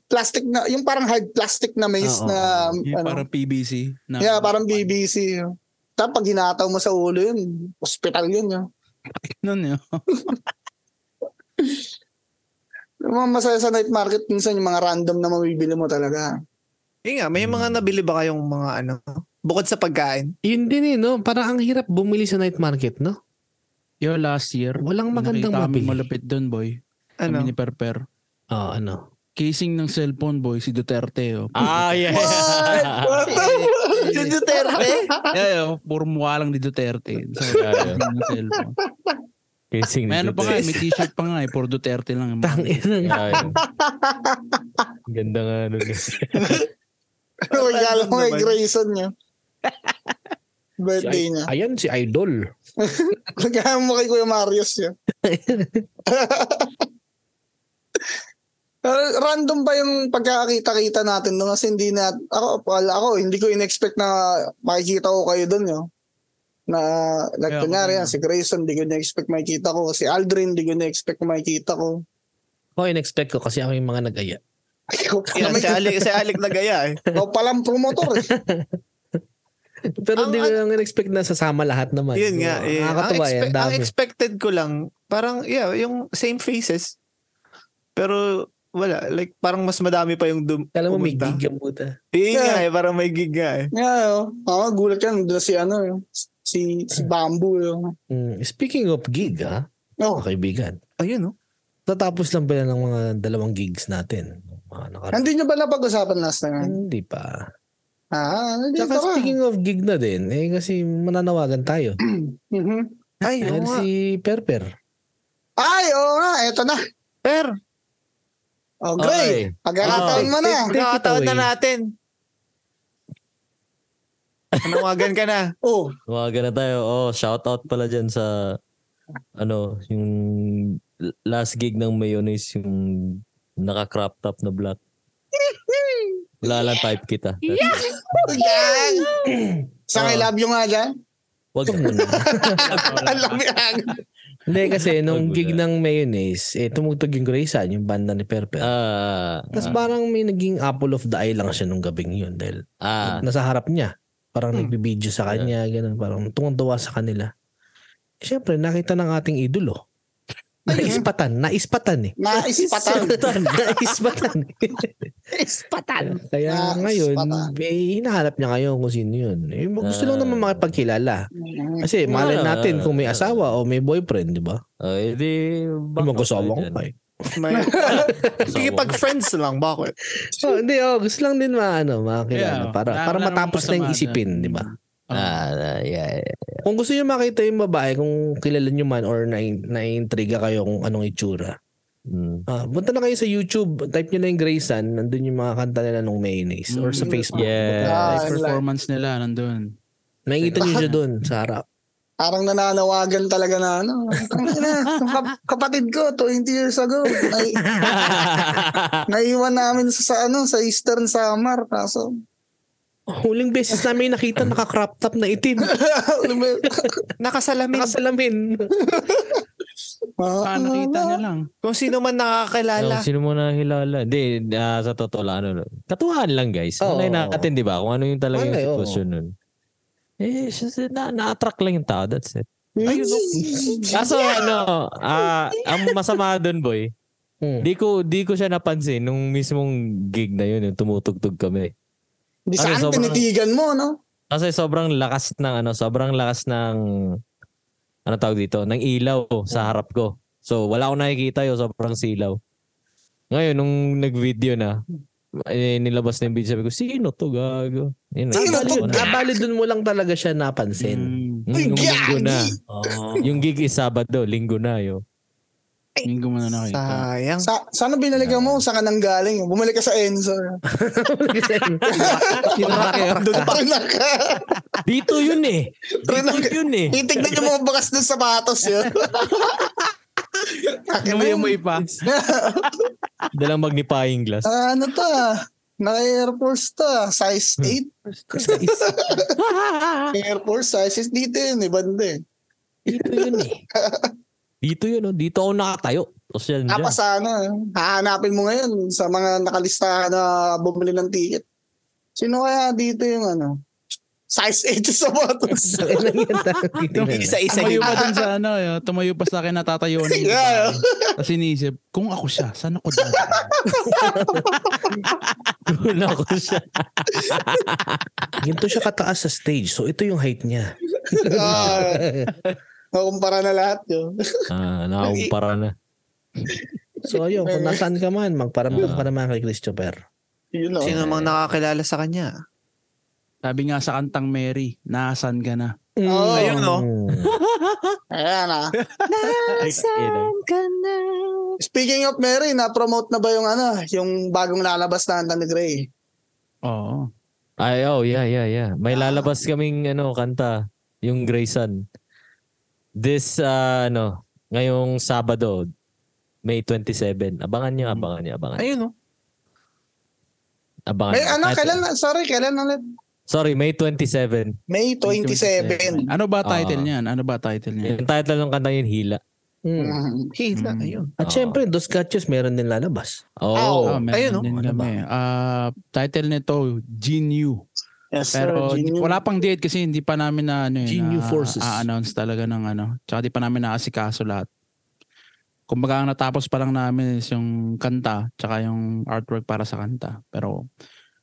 plastic na, yung parang hard plastic na mace Oo. na, Yung ano, parang PBC. Na, yeah, parang BBC. Yo. eh. Tapos pag hinataw mo sa ulo yun, hospital yun. eh. Yo. Nun eh. yun. Yung mga masaya sa night market, minsan yung mga random na mabibili mo talaga. Yun nga, may mga nabili ba kayong mga ano? Bukod sa pagkain. Yun din eh, no? Parang ang hirap bumili sa night market, no? Yung last year, Walang magandang nakita kami mabili. malapit doon, boy. Kami Ano? ni Perper. Oo, ano? Casing ng cellphone, boy, si Duterte. Oh. Ah, yes. What? Si Duterte? yeah, yeah, puro mukha lang ni Duterte. So, Yeah, yeah. casing ng cellphone. Ah, Kissing May ano pa nga, Duterte. may t-shirt pa nga eh, puro Duterte lang. Tangin ng Yeah, yun. Ganda nga nun. Regalo mo kay naman. Grayson yo. eh. Birthday niya. Ayan, si Idol. Regalo mo kay Kuya Marius yo. Pero Eh, random ba yung pagkakita-kita natin doon kasi hindi na ako wala ako hindi ko inexpect na makikita ko kayo doon yo. Na like Yeah, ako kunyari yan, si Grayson hindi ko na-expect makikita ko, si Aldrin hindi ko na-expect makikita ko. Ako in-expect ko kasi ako yung mga nag-aya. Ako pala Yan, si Alec, si Alec nagaya eh. ako palang promotor eh. Pero Ang- hindi ko lang in-expect na sasama lahat naman. Yun nga. Oo, eh. Ang, Nakakatuwa yan, expe- ang dami. expected ko lang, parang, yeah, yung same faces. Pero, wala. Like, parang mas madami pa yung dum- Kala mo may pumunta. gig ang puta. Yun Yeah. nga eh, parang may gig nga eh. Yeah, oh. Ako gulat yan doon si ano yo. Si si Bamboo eh. yo. Mm, Speaking of gig, ha? Oh, Mga kaibigan. Ayun, oh. no? Tatapos lang pala ng mga dalawang gigs natin. Mga nakar- hindi nyo ba napag-usapan last Mm. time? Hindi pa. Ah, hindi Tsaka pa ba? speaking of gig na din, eh kasi mananawagan tayo. Mhm. Ay, oo Dahil nga. si Perper. Ay, oo nga, eto na. Per, Oh, great. Pagkakataon Okay. mo na. Take it nakataon na away. natin. Nanawagan ka na. Oh, Tumaga na tayo. Oh, shout out pala dyan sa ano, yung last gig ng Mayonnaise, yung naka-crop top na black. Wala lang type kita. That's- yan. Sa I Oo. love you nga dyan. Wag mo na. Ang love you ah. agad. Hindi kasi nung Wag mo gig na. ng Mayonnaise, eh tumugtog yung Grayson, yung banda ni Perper. Ah, Tapos parang may naging apple of the eye lang siya nung gabing yun dahil ah, Hmm. nasa harap niya. Parang nagbibideo sa kanya, ganun. Parang tuwang-tuwa sa kanila. Siyempre, nakita ng ating idolo. Naispatan. Naispatan eh. Naispatan. Naispatan. Naispatan. Kaya Naispatan. ngayon, eh, hinahanap niya ngayon kung sino yun. Eh, gusto lang Ah. naman makipagkilala. Mhm. Kasi malay Ah. natin kung may asawa o may boyfriend, di ba? oh, edi Di baka mo gusto tayo ko eh. dyan. kay. May, sige, Asawa. pag friends lang, bakit? Oh, hindi, oh, gusto lang din maano, makilala. Yeah, oh. para, wala- para wala namang matapos na yung masama Oh. isipin, dyan. di ba? Ah, ah, yeah, yeah. Kung gusto niyo makita yung babae, kung kilala niyo man or na naiintriga kayo kung anong itsura. Mm. Ah, punta na kayo sa YouTube, type niyo na yung Grayson, nandun yung mga kanta nila nung Mayonnaise or sa Mm. Facebook. Yeah. Ah, Nice performance nila nandun. Nakikita niyo siya doon sa harap. Parang nananawagan talaga na ano. "Tangina, yung kap- kapatid ko 20 years ago. Ay, naiwan namin sa, sa ano sa Eastern Samar kaso. Huling beses namin nakita naka-crop top na itim. ano Nakasalamin. Nakasalamin. Ah, Baka Ah, nakita Ano niya lang. Kung sino man Ano, nakakakilala. sino mo nakakilala? Hindi, ah, sa totoo lang, ano, katuwaan lang guys. Oo. Malay natin, di ba? Kung ano yung talaga Malay, yung oo. sitwasyon nun. Eh, siya- na, na-attract lang yung tao. That's it. Kaso ano, ah, ang masama doon, boy, Hmm. di ko, di ko siya napansin nung mismong gig na yun, yung tumutugtog kami. Di Ano, saan sobrang- tinitigan mo, no? Kasi sobrang lakas ng ano, sobrang lakas ng ano tawag dito, ng ilaw Hmm. sa harap ko. So wala akong nakikita yung sobrang silaw. Ngayon nung nag-video na, eh, nilabas na yung video, sabi ko, sino to gago? Yun, Sino nakita to ko na. Ah, bali dun mo lang talaga siya napansin. Mm, Mm, nung linggo na. Gagi! Oh. Yung gig is Sabado, linggo na yo. hindi ko man nakita. Sayang. Sa, saan ang binalikan mo? Saan ka nang galing? Bumalik ka sa Enzo. Mm. Doon pa. Tara ka. Dito yun eh. Dito yun eh. Titignan yung mga bakas ng sapatos yun. Akin na yun. Inuwi mo ipa. Dalang magnifying glass. Ah, ano to ah? Naka-Air Force to ah. Size 8. Air Force size 8 dito yun. Iba din. Dito yun eh. Dito yun oh. Dito ako nakatayo. Tapos yan dyan. Tapos ano, hahanapin mo ngayon sa mga nakalista na bumili ng ticket. Sino kaya dito yung ano? Size 8 yung sapatos. Isa-isa Tumayo yun. pa dun sa ano, yo. tumayo pa sa akin natatayo. ng iba. Yeah. Tapos inisip, kung ako siya, saan ako dyan? Doon ako siya. Ginto siya kataas sa stage. So ito yung height niya. Ah, nakumpara na lahat yun. Ah, nakumpara na. So ayun, kung nasaan ka man, magparamdam ka naman kay Christopher. Yun know. Sino mang nakakilala sa kanya. Sabi nga sa kantang Mary, nasan ka na? Oh. Oo. Mm. Ayun, no? Mm. Ayan ah. Ay, eh, ina. Speaking of Mary, na-promote na ba yung ano, yung bagong lalabas na Antan ni Gray? Oo. Ay, oh, yeah, yeah, yeah. May lalabas kaming ano, kanta. Yung Grayson. This, ah, ano, ngayong Sabado, May 27. Abangan niyo, abangan niyo, abangan niyo. Ayun, oh. no? Abangan May niyo. ano, At- kailan na? Sorry, kailan ulit? Sorry, May 27. May 27. Ano ba title Ah. niyan? Ano ba title niyan? Yung title ng kanta yun, Hila. Mm. Mm. Hila, Mm. ayun. At Oo. syempre, Dos Gachos meron din lalabas. Ah, Oh, meron Ayun, no? din Ano kami. Ah, title nito, Genu. Yes, sir. Pero Junior. wala pang date kasi hindi pa namin na ano yun, Genu na- forces. a-announce talaga ng ano. Tsaka di pa namin naasikaso lahat. Kumbaga ang natapos pa lang namin is yung kanta tsaka yung artwork para sa kanta. Pero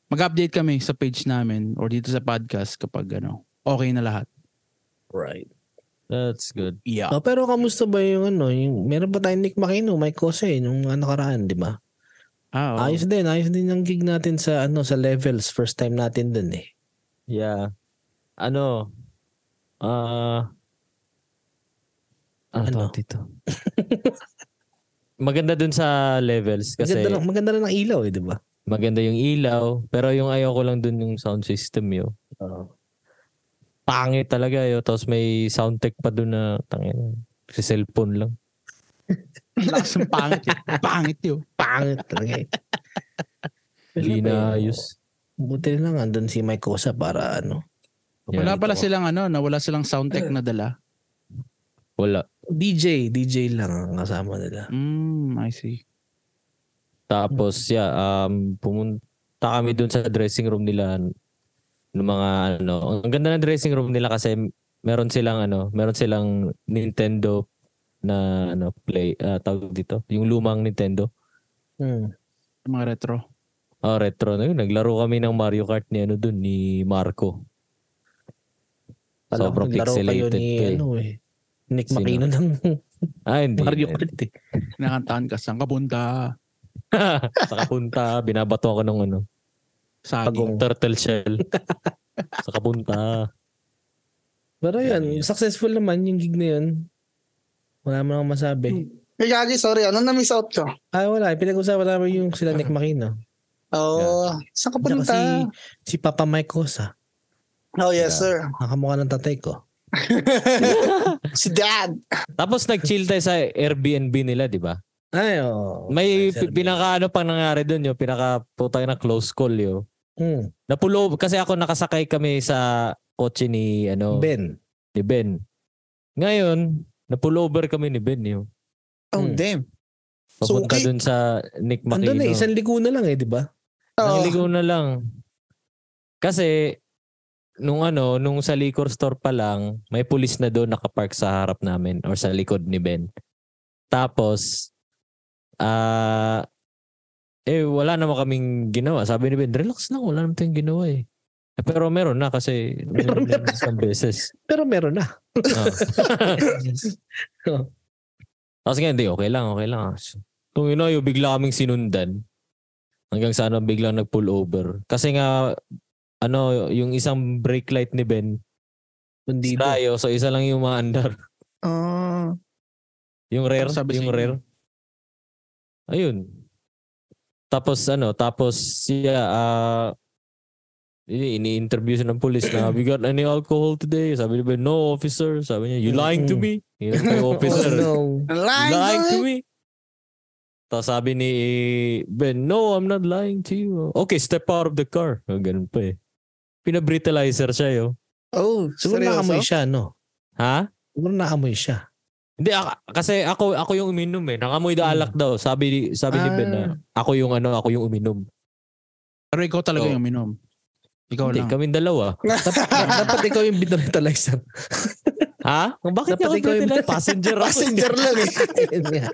mag-update kami sa page namin or dito sa podcast kapag ano, okay na lahat. right. That's good. Yeah. Oh, pero kamusta ba yung ano, yung, meron pa tayong Nick Makino, Mike Jose, nung ano karaan, di ba? Oh. Ah, oo. Ayos din, ayos din yung gig natin sa ano sa levels. First time natin dun eh. Yeah. Ano? Ah. ano Ano? tawag dito? maganda dun sa levels kasi Maganda, lang, maganda lang ng ilaw eh, di ba? maganda yung ilaw pero yung ayoko lang dun yung sound system yo. Pangit talaga yo tapos may sound tech pa dun na tangin. Si cellphone lang. Lakas ng pangit yun. Pangit eh, oh. yun. Pangit talaga eh. Eh, Wala ba Hindi na yun? ayos. Buti na lang andun si Mike Cosa para ano. Yeah. Wala pala silang ano, na wala silang sound tech na dala. Wala. DJ, DJ lang ang kasama nila. Mm, I see. Tapos yeah, um pumunta kami dun sa dressing room nila ng mga ano. Ang ganda ng dressing room nila kasi meron silang ano, meron silang Nintendo na ano play ah, tawag dito, yung lumang Nintendo. Hmm. Mga retro. Ah, retro na yun. Naglaro kami ng Mario Kart ni ano dun ni Marco. Alam Sobrang ko, laro kayo pixelated ni pa eh. ano eh. Nick Sino? Makino ng Ah, hindi. Mario hindi. Kart eh. Nakantaan ka sa kabunda. Sa kapunta, binabato ako ng ano, Sa Pagong. turtle shell. sa kapunta. Pero yun, successful naman yung gig na yun. Wala mo akong masabi. Hey, Gagi, sorry. Ano na-miss out ko? Ah, wala. Pinag-usapan namin yung sila Nick Makino. Oh, saan Tsaka ka punta? si, si Papa Mike Cosa. Oh, yes, Yeah. sir. Nakamukha ng tatay ko. si dad. Tapos nag-chill tayo sa Airbnb nila, di ba? Ay, oo. May Nice, pi- pinaka ano pang nangyari doon, yung pinaka putang na close call yo. Mm, Napulo kasi ako nakasakay kami sa kotse ni ano Ben. ni Ben. Ngayon, napulover kami ni Ben yo. Oh, Mm. damn. Papunta Suki. doon sa Nick Andun Makino. na, isang ligo na lang eh, di ba? Oo. Nangiligaw na lang. Kasi nung ano, nung sa liquor store pa lang, may pulis na doon nakapark sa harap namin or sa likod ni Ben. Tapos ah eh wala naman kaming ginawa. Sabi ni Ben, relax lang, wala naman tayong ginawa eh. Eh, Pero meron na kasi Pero meron na isang beses. Pero meron na. Oh. Tapos nga, hindi, okay lang, okay lang. Tung ina, yung bigla kaming sinundan. Hanggang sa ano, biglang nag-pull over. Kasi nga, ano, yung isang brake light ni Ben, Hindi na. tayo, so isa lang yung maandar. Oh. Yung rare, Sabi sa yung inyo. rare. Ayun. Tapos ano, tapos siya, ah, ini- ini-interview siya ng police na, we got any alcohol today? Sabi ni Ben, no officer. Sabi niya, you lying Mm. to me? Yung kay officer. Oh, no. Lying, lying to to me. me. Tapos sabi ni Ben, no, I'm not lying to you. Okay, step out of the car. Oh, ganun pa eh. Pinabritalizer siya yo. Oh, Siguro seryoso? naamoy siya, no? Ha? Siguro naamoy siya. Hindi, ak- kasi ako ako yung uminom eh. Nakamoy daalak daw. Sabi ni, sabi ni Ben na, ako yung ano, ako yung uminom. Pero ikaw talaga Oo. yung minom. Ikaw Hindi, lang. kaming dalawa. Dapat ikaw yung binalitalizer. ha? Bakit Dapat ako ikaw yung- yung passenger ako? Passenger lang eh. Ayun nga.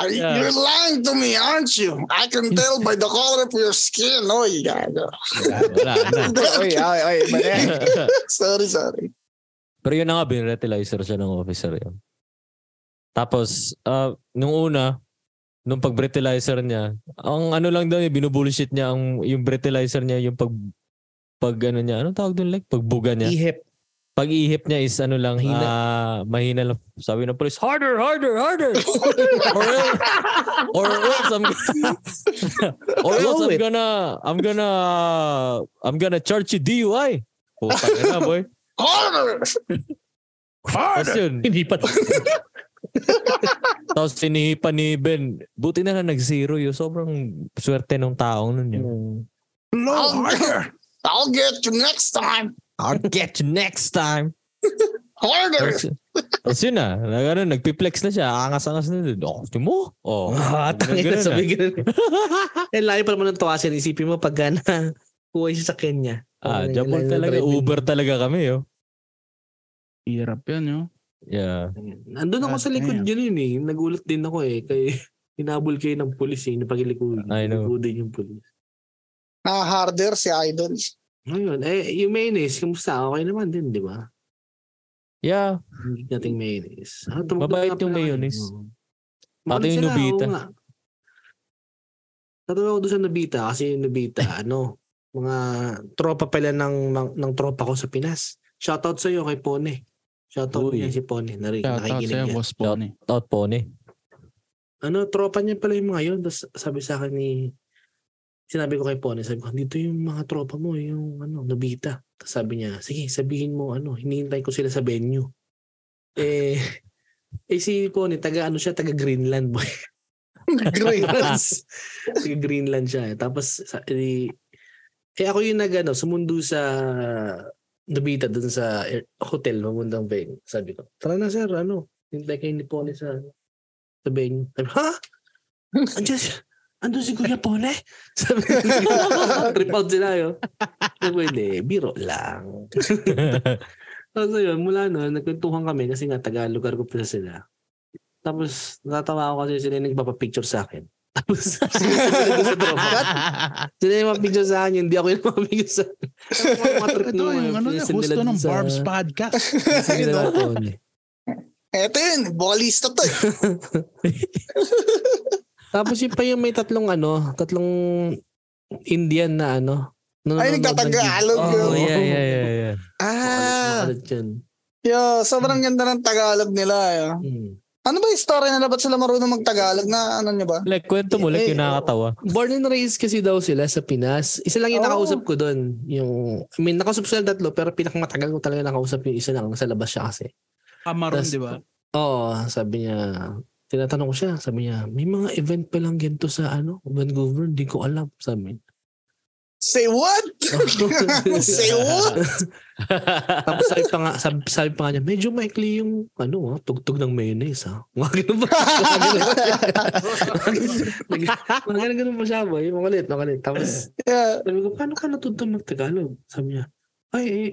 Are you- Yeah. You're lying to me, aren't you? I can tell by the color of your skin. Oy, gago. Wala na. Oy, oy, oy, mali. sorry, sorry. Pero yun na nga, binretilizer siya ng officer yun. Tapos, ah, nung una, nung pag-bretilizer niya, ang ano lang daw, eh, binubullshit niya, ang, yung bretilizer niya, yung pag, pag ano niya, ano tawag doon, like, pagbuga niya. Ihip. Ah. Pag-ihip niya is ano lang, Mahina. mahina, mahina lang. Sabi ng police, harder, harder, harder! or else, or else, I'm, or else, Blow it. I'm gonna, I'm gonna, I'm gonna charge you DUI. Puta ka na, boy. Horror! Tapos yun, Hindi pa. Tapos sinihipan ni Ben. Buti na lang nag-zero yun. Sobrang swerte nung taong nun yun. I'll, I'll get you next time. I'll get you next time. Harder! Tapos tapos yun na. Nag, ano, nagpiplex na siya. Angas-angas na dun. Oh, di mo? Oh. Ah, tangin na Ganun-ganun sabi ganun. Eh, layo pa naman ng tuwasin. Isipin mo pag ah, na kuha siya sa kanya. Ah, Parang Japan layo ng talaga. driving. Uber talaga kami, oh. yo. Hirap yan, yo. Yeah. Andun ako sa likod yun Goddamn. yun eh. Nagulat din ako eh. Kay hinabol kayo ng pulis eh. Napagilikuin. I know. Likudan yung pulis. Na Ah, harder si Idol. Ngayon, eh, yung mayonnaise, kamusta? Okay naman din, di ba? Yeah. Hindi nating mayonnaise. Ah, Mabait yung mayonnaise. Pati yung Nubita. Tatawa ko doon sa Nubita kasi yung Nubita, ano, mga tropa pala ng, ng, ng tropa ko sa Pinas. Shoutout sa'yo kay Pone. Shoutout Uy. niya si Pone. Nari, Shoutout nakikinig sa'yo, yan. boss po. ni. Out po ni. ano, tropa niya pala yung mga yun. Tapos sabi sa akin ni, sinabi ko kay Pone, sabi ko, dito yung mga tropa mo, yung ano, Nobita. Tapos sabi niya, sige, sabihin mo, ano, hinihintay ko sila sa venue. Eh, eh si Pone, taga ano siya, taga Greenland boy. Greenland. taga Greenland siya. Eh. Tapos, sa, eh, eh, ako yung nag, ano, sumundo sa Nobita dun sa air- hotel, mamundang venue. Sabi ko, tara na sir, ano, hintay kayo ni Pone sa ah, sa venue. Sabi, ha? Andiyan siya. Andun si Kuya Pole? Sabi, trip out sila yun. Sabi, ko, hindi, biro lang. Tapos yun, mula noon, nagkwentuhan kami kasi nga taga lugar ko pala sila. Tapos, natatawa ako kasi sila yung nagpapapicture sa akin. Tapos, sila yung sa tropa. Sila yung magpapicture sa akin, hindi ako yung magpapicture sa akin. Ang mga trip Ito nung yung mga ano na, pinsan nila gusto dun ng sa- Barb's podcast. pinsan nila ng Pone. Eto yun, vocalista to eh. Tapos yun pa yung may tatlong ano, tatlong Indian na ano. nanonood Ay, ng nagtatagalog gym. yun. Oh, yeah, yeah, yeah. yeah. Makalit- Ah. makalit yun. Yo, sobrang ganda ng Tagalog nila. Yo. Hmm. Ano ba yung story nila? Ba't sila marunong magtagalog na ano niya ba? Like, kwento mo, like, yung nakakatawa. Born and raised kasi daw sila sa Pinas. Isa lang yung Oh. nakausap ko doon. Yung, I mean, nakausap sila tatlo, pero pinakamatagal ko talaga nakausap yung isa lang. Sa labas siya kasi. Cameroon, Tas- di ba? Oo, sabi niya, tinatanong ko siya, sabi niya, may mga event pa lang ganito sa ano, Vancouver, di ko alam, sabi niya. Say what? Say what? Tapos sabi pa nga, sabi, sabi pa nga niya, medyo maikli yung ano, ah, tugtog ng mayonnaise ha. Mga ganun ba? Mga ganun ba siya? Mga ganun- ganun ba siya boy? Mga galit, mga galit. Tapos Yeah. sabi ko, paano ka natuto magtagalog? Sabi niya, ay, eh,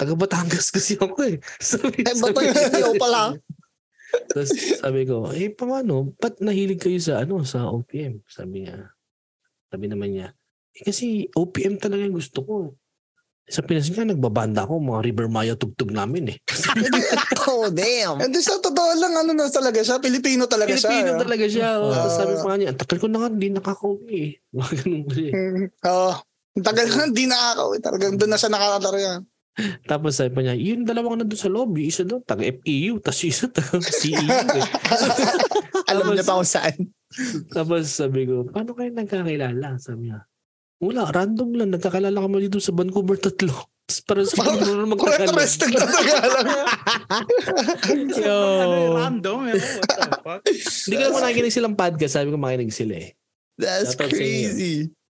taga Batangas kasi ako eh. Sabi, Eh, ba't yung pala? Tapos sabi ko, eh paano? Ba't nahilig kayo sa ano sa OPM? Sabi niya. Sabi naman niya, eh kasi OPM talaga yung gusto ko. Sa Pinas nga, nagbabanda ako, mga River Maya tugtog namin eh. Oh, damn. Hindi sa totoo lang, ano na talaga siya? Pilipino talaga siya. Pilipino eh. talaga siya. oh. Ah. Tapos sabi pa nga niya, "Ang tagal ko na nga, hindi nakaka-uwi eh. Mga ganun kasi. Mm, Oo. Ang tagal na hindi nakakawi. Talagang doon na siya eh. nakalaro yan. Tapos sabi pa niya, yung dalawang nandun sa lobby, isa doon, taga FEU, tapos yung isa taga CEU eh. Alam niya pa kung saan. Tapos sabi ko, paano kayo nagkakilala? Sabi niya, wala, random lang. Nagkakilala kami dito sa Vancouver tatlo. Tapos parang sa Vancouver Correct magkakilala. resting na Tagalog. Yo. Random, eh. What the fuck? Hindi ko naman nakikinig silang podcast. Sabi ko makinig sila eh. That's Dapat sa inyo. crazy.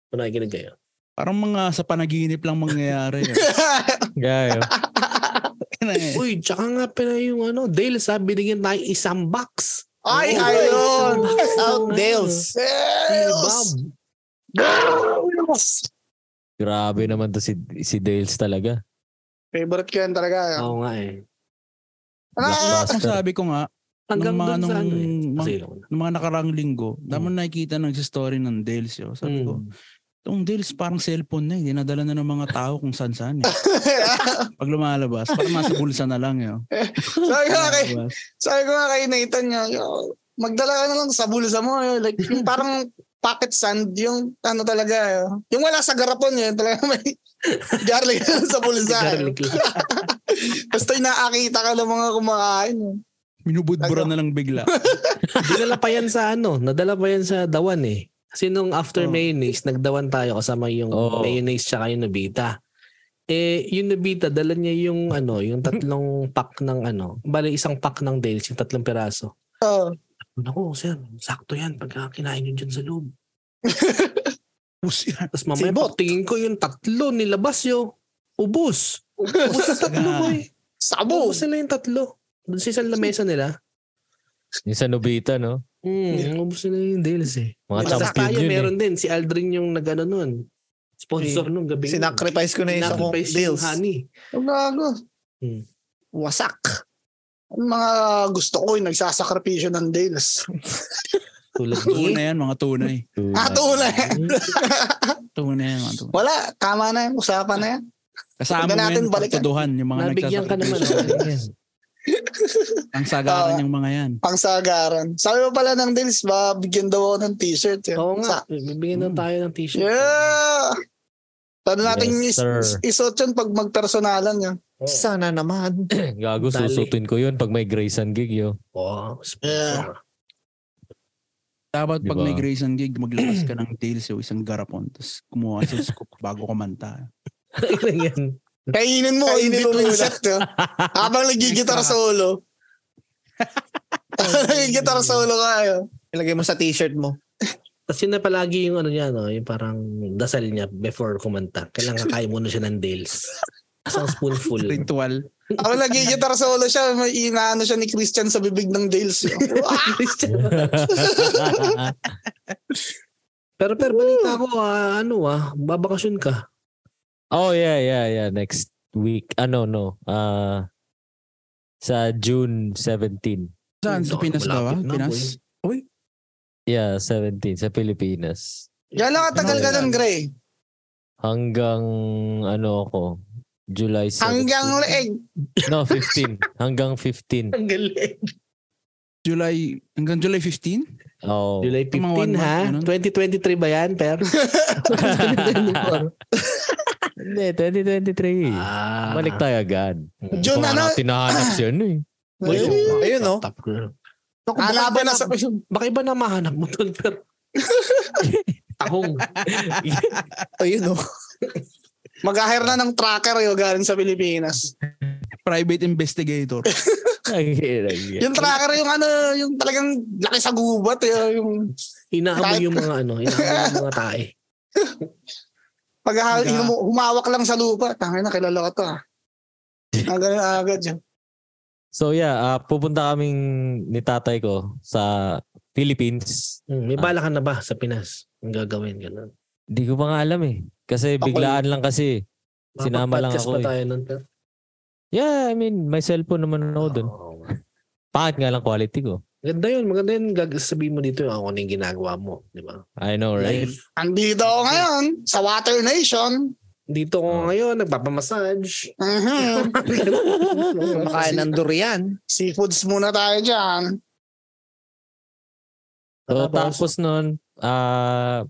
Kung nakikinig kayo. Parang mga sa panaginip lang mangyayari. eh. Gayo. Yan eh. Uy, tsaka nga pala yung ano, Dale sabi binigyan tayo isang box. Ay, Oh, ayun. isang box. Out Oo nga. Dales. Si Yes! Bob. Yes! Grabe naman to si, si Dales talaga. Favorite ko yan talaga. Oo nga eh. Ah, Ang Blockbuster. sabi ko nga, Hanggang Nung mga doon sa nung- ano eh. Kasi yun. ng mga nakarang linggo, dami nakikita ng story ng Dales. Yo. Sabi ko, Mm. itong Dales parang cellphone na eh. Dinadala na ng mga tao kung saan-saan. Eh. Pag lumalabas, parang nasa bulsa na lang. Yo. Diba? sabi ko nga kay, Lumalabas. sabi ko nga kay Nathan niya, yo, magdala ka na lang sa bulsa mo. Yo. Like, yung parang pocket sand, yung ano talaga. Yo. Yung wala sa garapon, yun talaga may garlic sa bulsa. yo. Garlic lang. Basta inaakita ka ng mga kumakain. yo. Minubudbura na lang bigla. Dinala pa yan sa ano, nadala pa yan sa Dawan eh. Kasi nung after Oh. mayonnaise, nagdawan tayo kasama yung Oh. mayonnaise tsaka yung nabita. Eh, yung nabita, dala niya yung ano, yung tatlong pack ng ano. Bali, isang pack ng Dales, yung tatlong piraso. Oo. Naku, sir, sakto yan pagka kinain nyo dyan sa loob. Pusi na. Tapos mamaya, Sibot. pagtingin ko yung tatlo, nilabas yung ubos. Ubos na tatlo, boy. Sabo! Ubos nila yung tatlo. Doon sa isang lamesa nila. Yung sa Nobita, no? Hmm, ubos nila yung Dales eh. Mga Basta champion tayo, yun meron eh. din. Si Aldrin yung nag-ano nun. Sponsor nung gabi. Sinacrifice ko na yung isang kong Sinacrifice yung deals. honey. Ang gago. Wasak. Ang mga gusto ko, yung nagsasakripisyo ng Dales. Tulad Tuna yan, mga tunay. Ah, tunay. Hmm? Tuna yan, mga tunay. Wala, tama na yan. Usapan na yan. Kasama Huwag na mo natin yan, balikan. pagtuduhan, yung mga Nabigyan ka naman. nagsasakripisyo. Ang sagaran Ah. yung mga yan. Pangsagaran. Sabi mo pala ng Dales, ba, bigyan daw ako ng t-shirt. Yan. Oo Sa- nga. Bibigyan na tayo ng t-shirt. yeah! Paano natin Yes, is- sir. is- isuot yun pag magpersonalan yun? Oh. Sana naman. Gago, Dali. susutin ko yun pag may Grayson gig, yo. Oo. Yeah. sponsor. Dapat pag Diba? may Grace ang gig, maglabas ka ng Dales yung isang garapon. Tapos kumuha ka sa scoop bago kumanta. Ganun yan. Kainin mo, Kainin kainin mo mo yung set yun. Habang nagigitara solo. nagigitara solo ka yun. Ilagay mo sa t-shirt mo. Tapos yun na palagi yung ano niya, no? yung parang dasal niya before kumanta. Kailangan kaya muna siya ng dales. Isang spoonful. Ritual. Ako nagigitara solo siya, may inaano siya ni Christian sa bibig ng Dales. yun. pero pero balita ko, ah, ano ah, babakasyon ka. oh, yeah, yeah, yeah. Next week. Ano, no. ah sa June 17. Saan? Malapit Sa Pinas ba? ba? na, boy. Pinas? Yeah, 17 sa Pilipinas. Gano'ng katagal ka nun, Gray? Hanggang ano ako, July 17. Hanggang leeg. No, 15. Hanggang 15. Ang galing. July, hanggang July 15? Oh. July Yung mga one 15 ha? month, 2023 ba yan, Per? Hindi, 2023. ah. Balik tayo agad. June, Baka ano? natin nahanap siya ano eh. Uy, Ayun, yung- ayun, no? Top girl. Naku, baka, iba Hanapin na na, sa... baka iba na mahanap mo doon, pero... Tahong. Ayun, no? oh. Mag-hire na ng tracker yung galing sa Pilipinas. Private investigator. Ang hirang yan. Yung tracker yung ano, yung talagang laki sa gubat. Yung, yung Inaamoy Kahit- yung mga ano, inaamoy yung mga tae. pag ha- Hangga- humu- humawak lang sa lupa. Tangin na, kilala ko to ah. Ang ganun agad yun. So yeah, ah, pupunta kaming ni tatay ko sa Philippines. Hmm, may bala ka na ba sa Pinas? Ang gagawin, ganun. Di ko pa nga alam eh. Kasi Ako- biglaan lang kasi. Sinama lang Makapag-podcast pa ako eh. tayo nun, pero... Yeah, I mean, may cellphone naman ako doon. Oo. Pangit nga lang quality ko. Maganda yun. Maganda yun. Gag- sabihin mo dito yung ako na yung ginagawa mo. Di ba? I know, right? Live. Andito ako ngayon sa Water Nation. Dito ko Oh. ngayon, nagpapamassage. Mhm. Makain ng durian. Seafoods muna tayo dyan. So, Tapos, tapos nun, ah,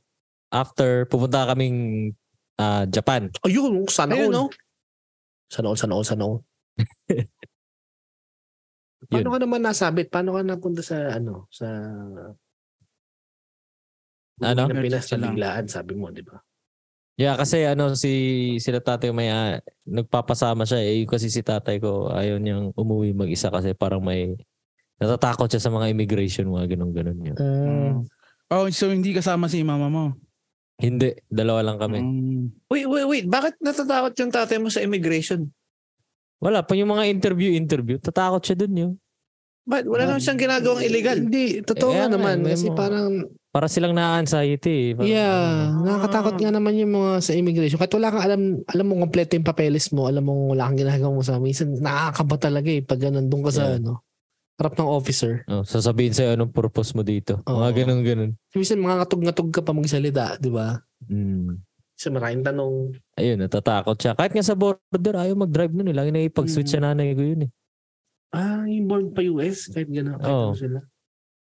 after, pupunta kaming ah, Japan. ayun, oh, sana Ayun, all. no? Sana all, sana all, sana all. Paano Yun. ka naman nasabit? Paano ka napunta sa ano? Sa... Na Ano? Pinas Emergency na lang. biglaan, sabi mo, di ba? Yeah, kasi ano, si sila tatay may ah, nagpapasama siya. Eh, kasi si tatay ko, ayaw niyang umuwi mag-isa kasi parang may natatakot siya sa mga immigration, mga ganun-ganun yun. Hmm. Mm. Oh, so hindi kasama si mama mo? Hindi, dalawa lang kami. Hmm. Mm. Wait, wait, wait. Bakit natatakot yung tatay mo sa immigration? Wala, pa yung mga interview-interview, tatakot siya dun yun. Bakit? Wala naman siyang ginagawang illegal. Hindi, totoo Eh, nga ano, naman. may Kasi mga- parang, Para silang na-anxiety eh. Parang, yeah, Ah. nakakatakot nga naman yung mga sa immigration. Kahit wala kang alam, alam mo kompleto yung papeles mo, alam mo wala kang ginagawa mo sa minsan, nakakaba talaga eh pag nandun ka sa Yeah. ano, harap ng officer. ano, oh, sasabihin sa'yo anong purpose mo dito. Oo. Mga ganun-ganun. Minsan mga katog-ngatog ka pa magsalita, di ba? Mm. Kasi maraming tanong. Ayun, natatakot siya. Kahit nga sa border, ayaw mag-drive nun eh. Lagi na ipag-switch siya nanay ko yun eh. Ah, yung born pa US, kahit gano'n. Kahit ano Oo. sila.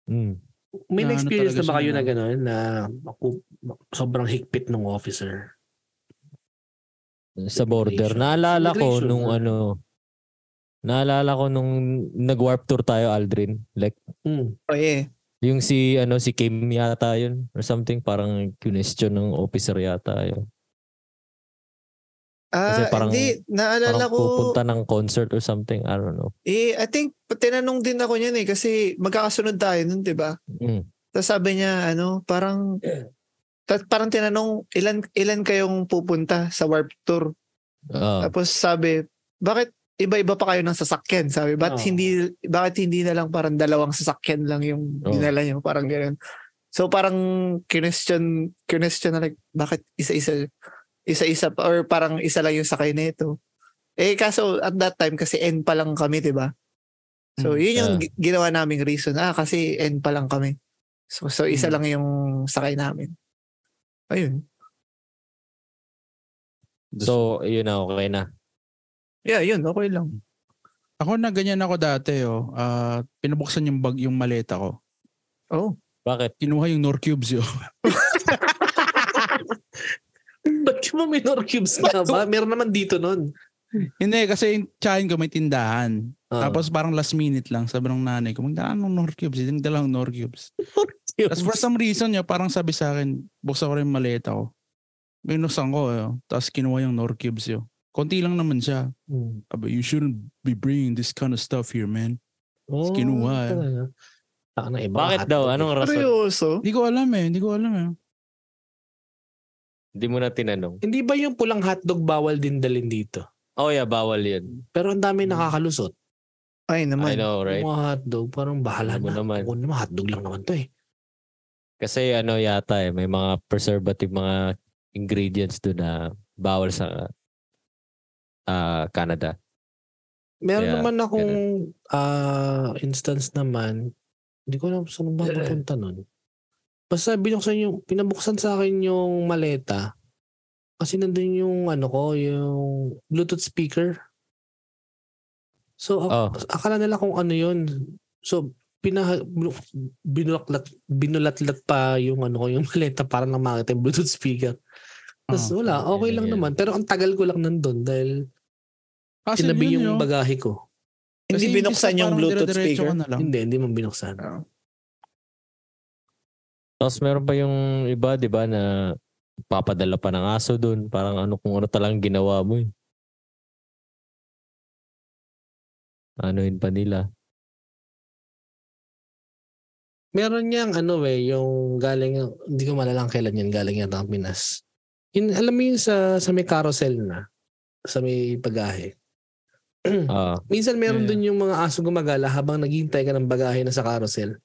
Mm. May Na ano na-experience na talaga ba kayo siya, na no? gano'n na maku- sobrang higpit ng officer? Sa border. Immigration. Naalala ko Immigration, nung ah. ano, naalala ko nung nag-warp tour tayo, Aldrin. Like, Hmm. Oh, yeah. yung si, ano, si Kim yata yun or something. Parang question ng officer yata yun. Kasi Ah, parang- hindi. Naalala Parang ko. pupunta ng concert or something. I don't know. Eh, I think tinanong din ako niyan eh kasi magkakasunod tayo nun, 'di ba? Mm. Tapos sabi niya ano, parang ta- parang tinanong ilan ilan kayong pupunta sa Warp Tour. Ah. Tapos sabi, bakit iba-iba pa kayo ng sasakyan? Sabi, bakit Oo. hindi bakit hindi na lang parang dalawang sasakyan lang yung Oo. dinala niyo, parang ganoon. So parang question question na like bakit isa-isa isa-isa pa or parang isa lang yung sakay nito. Eh kaso at that time kasi N pa lang kami, 'di ba? So Mm, yun yung ah. gi- ginawa naming reason. Ah kasi N pa lang kami. So so isa Mm. lang yung sakay namin. Ayun. So, yun na, okay na. Yeah, yun okay lang. Ako na ganyan ako dati oh. Ah, pinabuksan yung bag yung maleta ko. Oh. Bakit? Kinuha yung Nor Cubes yun. Ba't yung mga minor cubes na ba? Meron naman dito nun. Hindi kasi yung tsahin ko may tindahan. Ah. Tapos parang last minute lang sabi ng nanay ko, magdaan ng Nor Cubes. Hindi dalang Nor Cubes. Yun. Tapos for some reason yun, parang sabi sa akin, buksan ko rin yung maleta ko. Binuksan ko yun. Tapos kinuha yung Nor Cubes yun. Konti lang naman siya. Hmm. But you shouldn't be bringing this kind of stuff here, man. Oh, Kinuha, eh. talaga. Taka na iba. Bakit daw? Ano Anong rason? Seryoso? Hindi ko alam eh. Hindi ko alam eh. Hindi mo na tinanong. Hindi ba yung pulang hotdog bawal din dalin dito? Oh yeah, bawal yun. Pero ang dami nakakalusot. Ay I naman. know, Hmm. right? Yung mga hotdog, parang bahala Alam mo na. naman. Kung naman, hotdog lang naman to eh. Kasi ano yata eh, may mga preservative mga ingredients doon na bawal sa ah, Canada. Meron Yeah, naman akong ah, instance naman, hindi ko alam saan ba papunta nun. Basta binuksan yung, pinabuksan sa akin yung maleta. Kasi nandun yung ano ko, yung Bluetooth speaker. So, ak- Oh. akala nila kung ano yun. So, pinaha, blu- binulatlat, binulatlat pa yung ano ko, yung maleta para lang makita yung Bluetooth speaker. Tapos Ah, Oh, wala, okay yun, lang yun. naman. Pero ang tagal ko lang nandun dahil Kasi tinabi yun, yung yun. bagahe ko. Hindi Kasi binuksan yung parang Bluetooth dire-diretso speaker. ka na lang. Hindi, hindi mo binuksan. Tapos meron pa yung iba, di ba, na papadala pa ng aso doon. Parang ano kung ano talang ginawa mo eh. Anuhin pa nila. Meron niyang ano eh, yung galing, hindi ko malalang kailan yun, galing yata ang Pinas. Yun, alam mo yun sa, sa may carousel na, sa may pagahe. Ah, Minsan meron Yeah. dun yung mga aso gumagala habang naghihintay ka ng bagahe na sa carousel.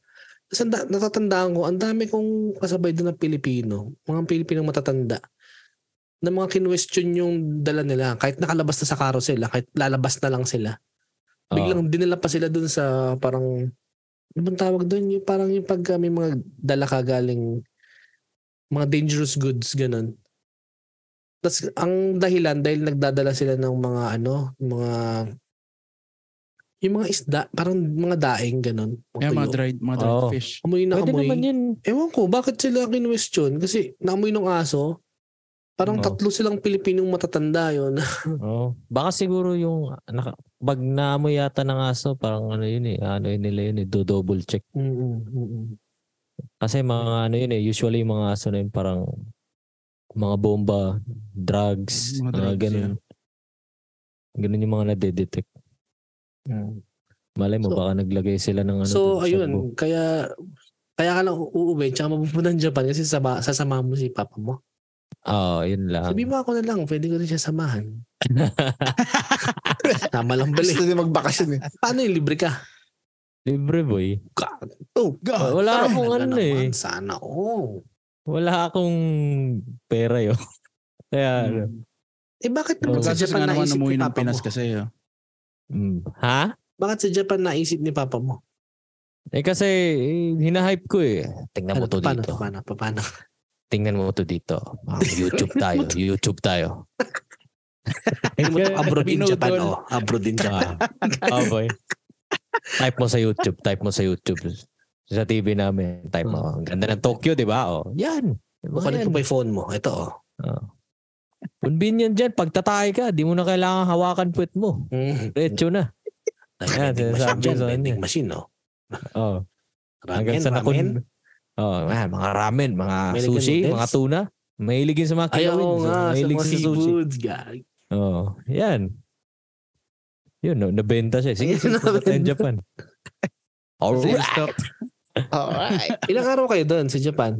Tapos ang da- natatandaan ko, ang dami kong kasabay doon ng Pilipino, mga Pilipinong matatanda, na mga kinwestiyon yung dala nila. Kahit nakalabas na sa carousel, ah, kahit lalabas na lang sila. ah. Biglang dinala pa sila doon sa parang, ano bang tawag doon? Yung parang yung pag uh, may mga dala ka galing, mga dangerous goods, ganun. Tapos ang dahilan, dahil nagdadala sila ng mga ano, mga, yung mga isda, parang mga daing, ganun. Yeah, mga dried, mga dried Oo. fish. Amoy na Pwede amoy. naman yun. Ewan ko, bakit sila kinwestiyon? Kasi naamoy ng aso, parang Oo. tatlo silang Pilipinong matatanda yon Oo. Oh, Baka siguro yung naka, pag naamoy yata ng aso, parang ano yun eh, ano yun nila yun eh, do double check. Kasi mga ano yun eh, usually yung mga aso na yun parang mga bomba, drugs, Mga mga, drugs, ganun. Ganun yung mga nadedetect. mm. Malay mo, So- baka naglagay sila ng ano. dun So, sa buhok. ayun, kaya kaya ka lang uuwi tsaka mapupunta ng Japan kasi saba, sasama mo si papa mo. Oo, yun lang. Sabi mo ako na lang, pwede ko rin siya samahan. Tama lang bali. Gusto din magbakasyon eh. Paano yung libre ka? Libre boy. God, oh God. Wala akong Talaga ano naman, eh. Sana, oh. Wala akong pera yun. Kaya ano. Eh bakit Oh. naman sa Kasi nga Japan naman naisip namuwi ni ng papa Pinas mo? kasi. oh. mm, Ha? Bakit sa Japan naisip ni papa mo? Eh kasi eh, hinahype ko eh. Tingnan mo Ano, to paano, dito. paano, paano? Tingnan mo to dito. Ah, YouTube tayo. YouTube tayo. Ayun mo to, abroad in Binudol. Japan, oh. Abroad in Japan. Ah, ah, boy. Type mo sa YouTube. Type mo sa YouTube. Sa TV namin. Type mo. Ang ganda ng Tokyo, di ba? Oh, yan. Mga Kukunin yan. mo ba yung phone mo? Ito, oh. Convenient dyan. Pag tatay ka, di mo na kailangan hawakan puwet mo. Mm. Diretso na. Ayan, vending sinasabi machine dyan, sa kanya. vending machine, oh. Oh, Ramen, hanggang sa ramen. nakun... Oh, man, mga ramen, mga Mahilig ka sushi, noodles? mga tuna. Mahilig yun sa mga Ay, kilawin. oo nga. Sa Mahilig mga sa sushi. seafoods, gag. Oo. yan. Yun, no, nabenta siya. Sige, Ayun, sige, punta tayo nabenta. Japan. Alright. Stop. Alright. Ilang araw kayo doon sa Japan?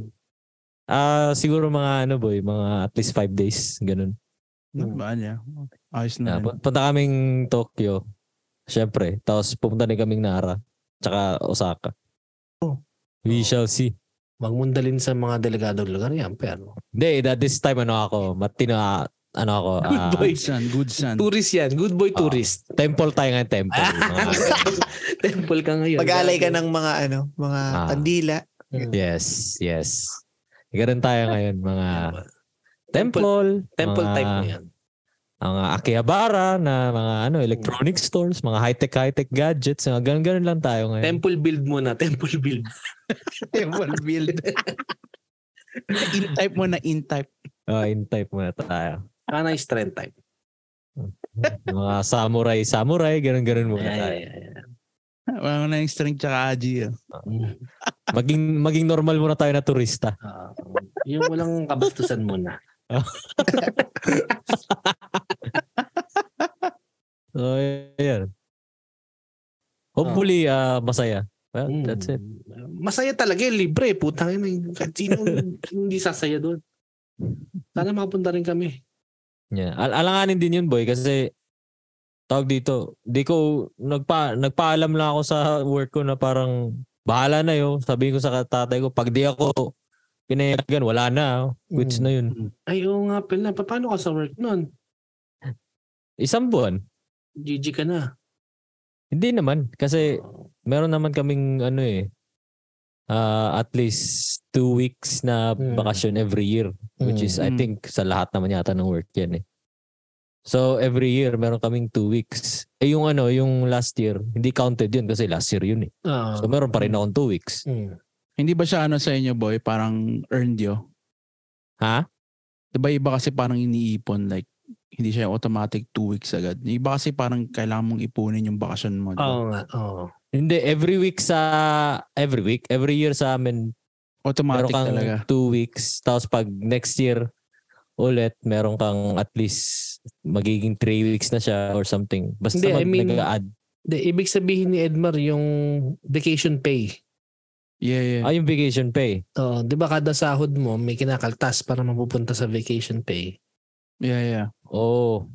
Ah, siguro mga ano boy, mga at least five days, ganun. Ano ba niya? Ayos na Na, rin. pun- punta kaming Tokyo. Syempre, tapos pupunta din kaming Nara, tsaka Osaka. Oh. We shall see. Huwag mong dalhin sa mga delegadong lugar yan, pero... Hindi, that this time ano ako, matino ano ako, ah, boy. Good son, good son. Tourist yan. Good boy Ah. tourist. temple tayo ngayon, temple. Mga- Temple ka ngayon. Mag-alay ka ng mga ano, mga Ah. kandila. yes, yes. Ganun tayo ngayon, mga Ah. temple, Temple- Temple mga- type mo yan. mga Akihabara na mga ano electronic stores, mga high-tech high-tech gadgets, mga ganun-ganun lang tayo ngayon. Temple build mo na. Temple build. Temple build. in-type mo na in-type. Ah, in-type muna tayo. Saka na yung strength Ah, type. mga samurai, samurai, ganun-ganun muna Ayan, tayo. ayan, ayan. Wala na yung string tsaka aji. Oh. Maging maging normal muna tayo na turista. Ah, yung walang kabastusan muna. So, ayan. Hopefully ah, masaya. Well, Mm. that's it. Masaya talaga eh. Libre. Putang ina. Kahit sino hindi sasaya doon. Sana makapunta rin kami. Yeah. Al- alanganin din yun, boy, kasi tawag dito, di ko nagpa nagpaalam lang ako sa work ko na parang bahala na 'yo. Sabihin ko sa tatay ko, pag di ako pinayagan, wala na. oh. Quits Mm. na 'yun. Ay, oo nga pala. Pa- Paano ka sa work nun? Isang buwan. GG ka na. Hindi naman Eh, kasi meron naman kaming ano eh ah, at least two weeks na Mm. bakasyon every year which is I Hmm. Mm. think sa lahat naman yata ng work yan eh. So every year meron kaming two weeks. Eh yung ano, yung last year, hindi counted yun kasi last year yun eh. Ah. So meron pa rin akong two weeks. Mm. Hindi ba siya ano sa inyo, boy? Parang earned yo? Ha? Diba iba kasi parang iniipon like Hindi siya automatic two weeks agad. Yung iba kasi parang kailangan mong ipunin yung bakasyon mo. di ba? Oo nga, oo. Hindi, every week sa, every week, every year sa amin, meron automatic kang talaga. two weeks. Tapos pag next year, ulit, meron kang at least magiging three weeks na siya or something. Basta Hindi, I mag, mean- nag-add. De, ibig sabihin ni Edmar yung vacation pay. Yeah, yeah. Ah, yung vacation pay. Oh, 'di ba kada sahod mo may kinakaltas para mapupunta sa vacation pay? yeah, yeah. Oh.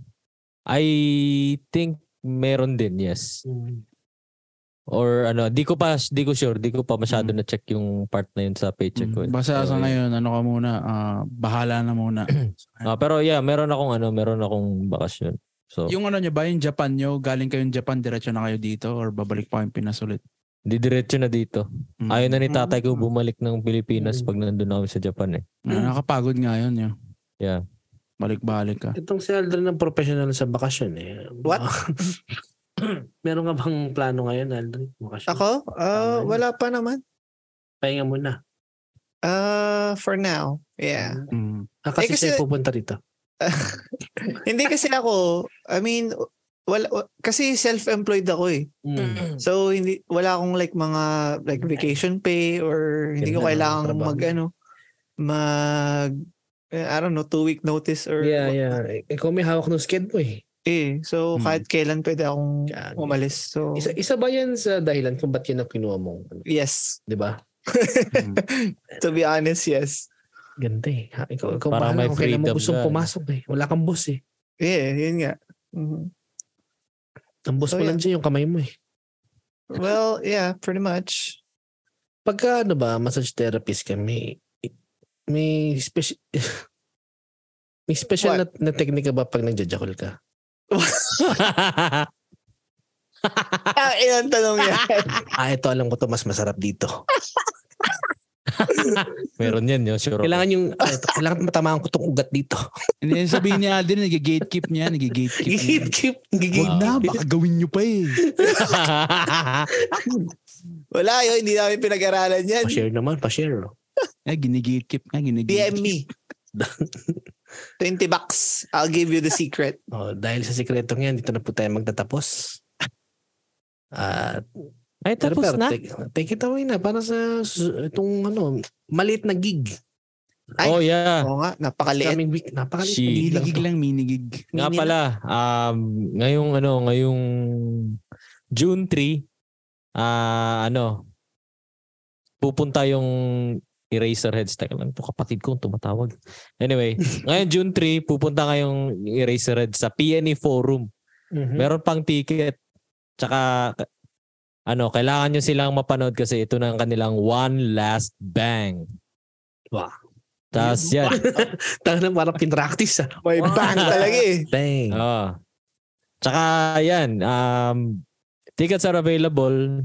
I think meron din, yes. Or ano, di ko pa, di ko sure, di ko pa masyado Mm. na-check yung part na yun sa paycheck ko. Mm. Basta So, sa yeah. ngayon, ano ka muna, ah, bahala na muna. Ah, pero yeah, meron akong ano, meron akong bakasyon. So, yung ano nyo ba, yung Japan nyo, galing kayong Japan, diretso na kayo dito or babalik pa kayong Pinas ulit? didiretso na dito. Mm. Ayaw na ni tatay ko bumalik ng Pilipinas pag nandun na kami sa Japan eh. Ah, nakakapagod nga yun. Yun. Yeah. Balik-balik ah. ka. Itong si Aldrin ng professional sa bakasyon eh. What? Meron ka bang plano ngayon, Aldrin? Bakasyon. Ako? Ah, wala pa naman. Pahinga muna. Uh, for now. Yeah. Mm. Ah, kasi, Eh, kasi- siya pupunta rito. Hindi kasi ako, I mean, wala, wa- kasi self-employed ako eh. Mm. So, hindi, wala akong like mga like vacation pay or hindi ko Ganda ng kailangang trabaho. mag ano, mag, eh, I don't know, two-week notice or Yeah, yeah. Eh, ikaw may hawak ng sked mo eh. eh. So, Hmm. kahit kailan pwede akong Gagi. umalis. So, Isa, isa ba yan sa dahilan kung ba't yun ang kinuha mong, ano, yes. di ba? Mm. To be honest, yes. Ganda eh. Ha, ikaw, ikaw Para Para may bahala kung kailan mo freedom gustong ka, ano? pumasok eh. Wala kang boss eh. Yeah, yun nga. Mhm. Ang boss So, mo lang dyan yung kamay mo eh. Well, yeah, pretty much. Pagka ano ba, massage therapist ka, may, may special, may special na, na technique ka ba pag nagjajakol ka? Ah, ilan tanong yan? Ah, ito alam ko to mas masarap dito. meron yan, yun, sure. ako. Kailangan yung, ah, ito, kailangan matamaan ko tong ugat dito. Hindi, sabihin niya din, nag-gatekeep niya, nag-gatekeep niya. Gigit-gip. Huwag Gigit. na, baka gawin nyo pa eh. Wala yun, hindi namin pinag-aralan yan. Pa-share naman, pa-share. oh. Eh, ginigatekeep nga, DM ginigatekeep. me. 20 bucks. I'll give you the secret. Oh, dahil sa sikretong yan, dito na po tayo magtatapos. Ah, At Ay, tapos Pero, na. Take, take it away na para sa su- itong ano, maliit na gig. Ay. Oh yeah. Oo nga, napakaliit. Coming week, napakaliit. na Shit. gig lang Minigig to. lang, minigig. Nga Hindi pala, um, ngayong ano, ngayong June 3, ah ano, pupunta yung Eraserheads. Teka lang, po kapatid ko tumatawag. Anyway, ngayon June 3, pupunta ngayong Eraserheads sa PNE Forum. Mhm. Meron pang ticket. Tsaka, ano, kailangan nyo silang mapanood kasi ito na ang kanilang one last bang. Wow. Tapos yan. Tanga na parang pinractice ah. May Wow. bang talaga eh. Dang. Oo. Ah. Tsaka yan, um, tickets are available.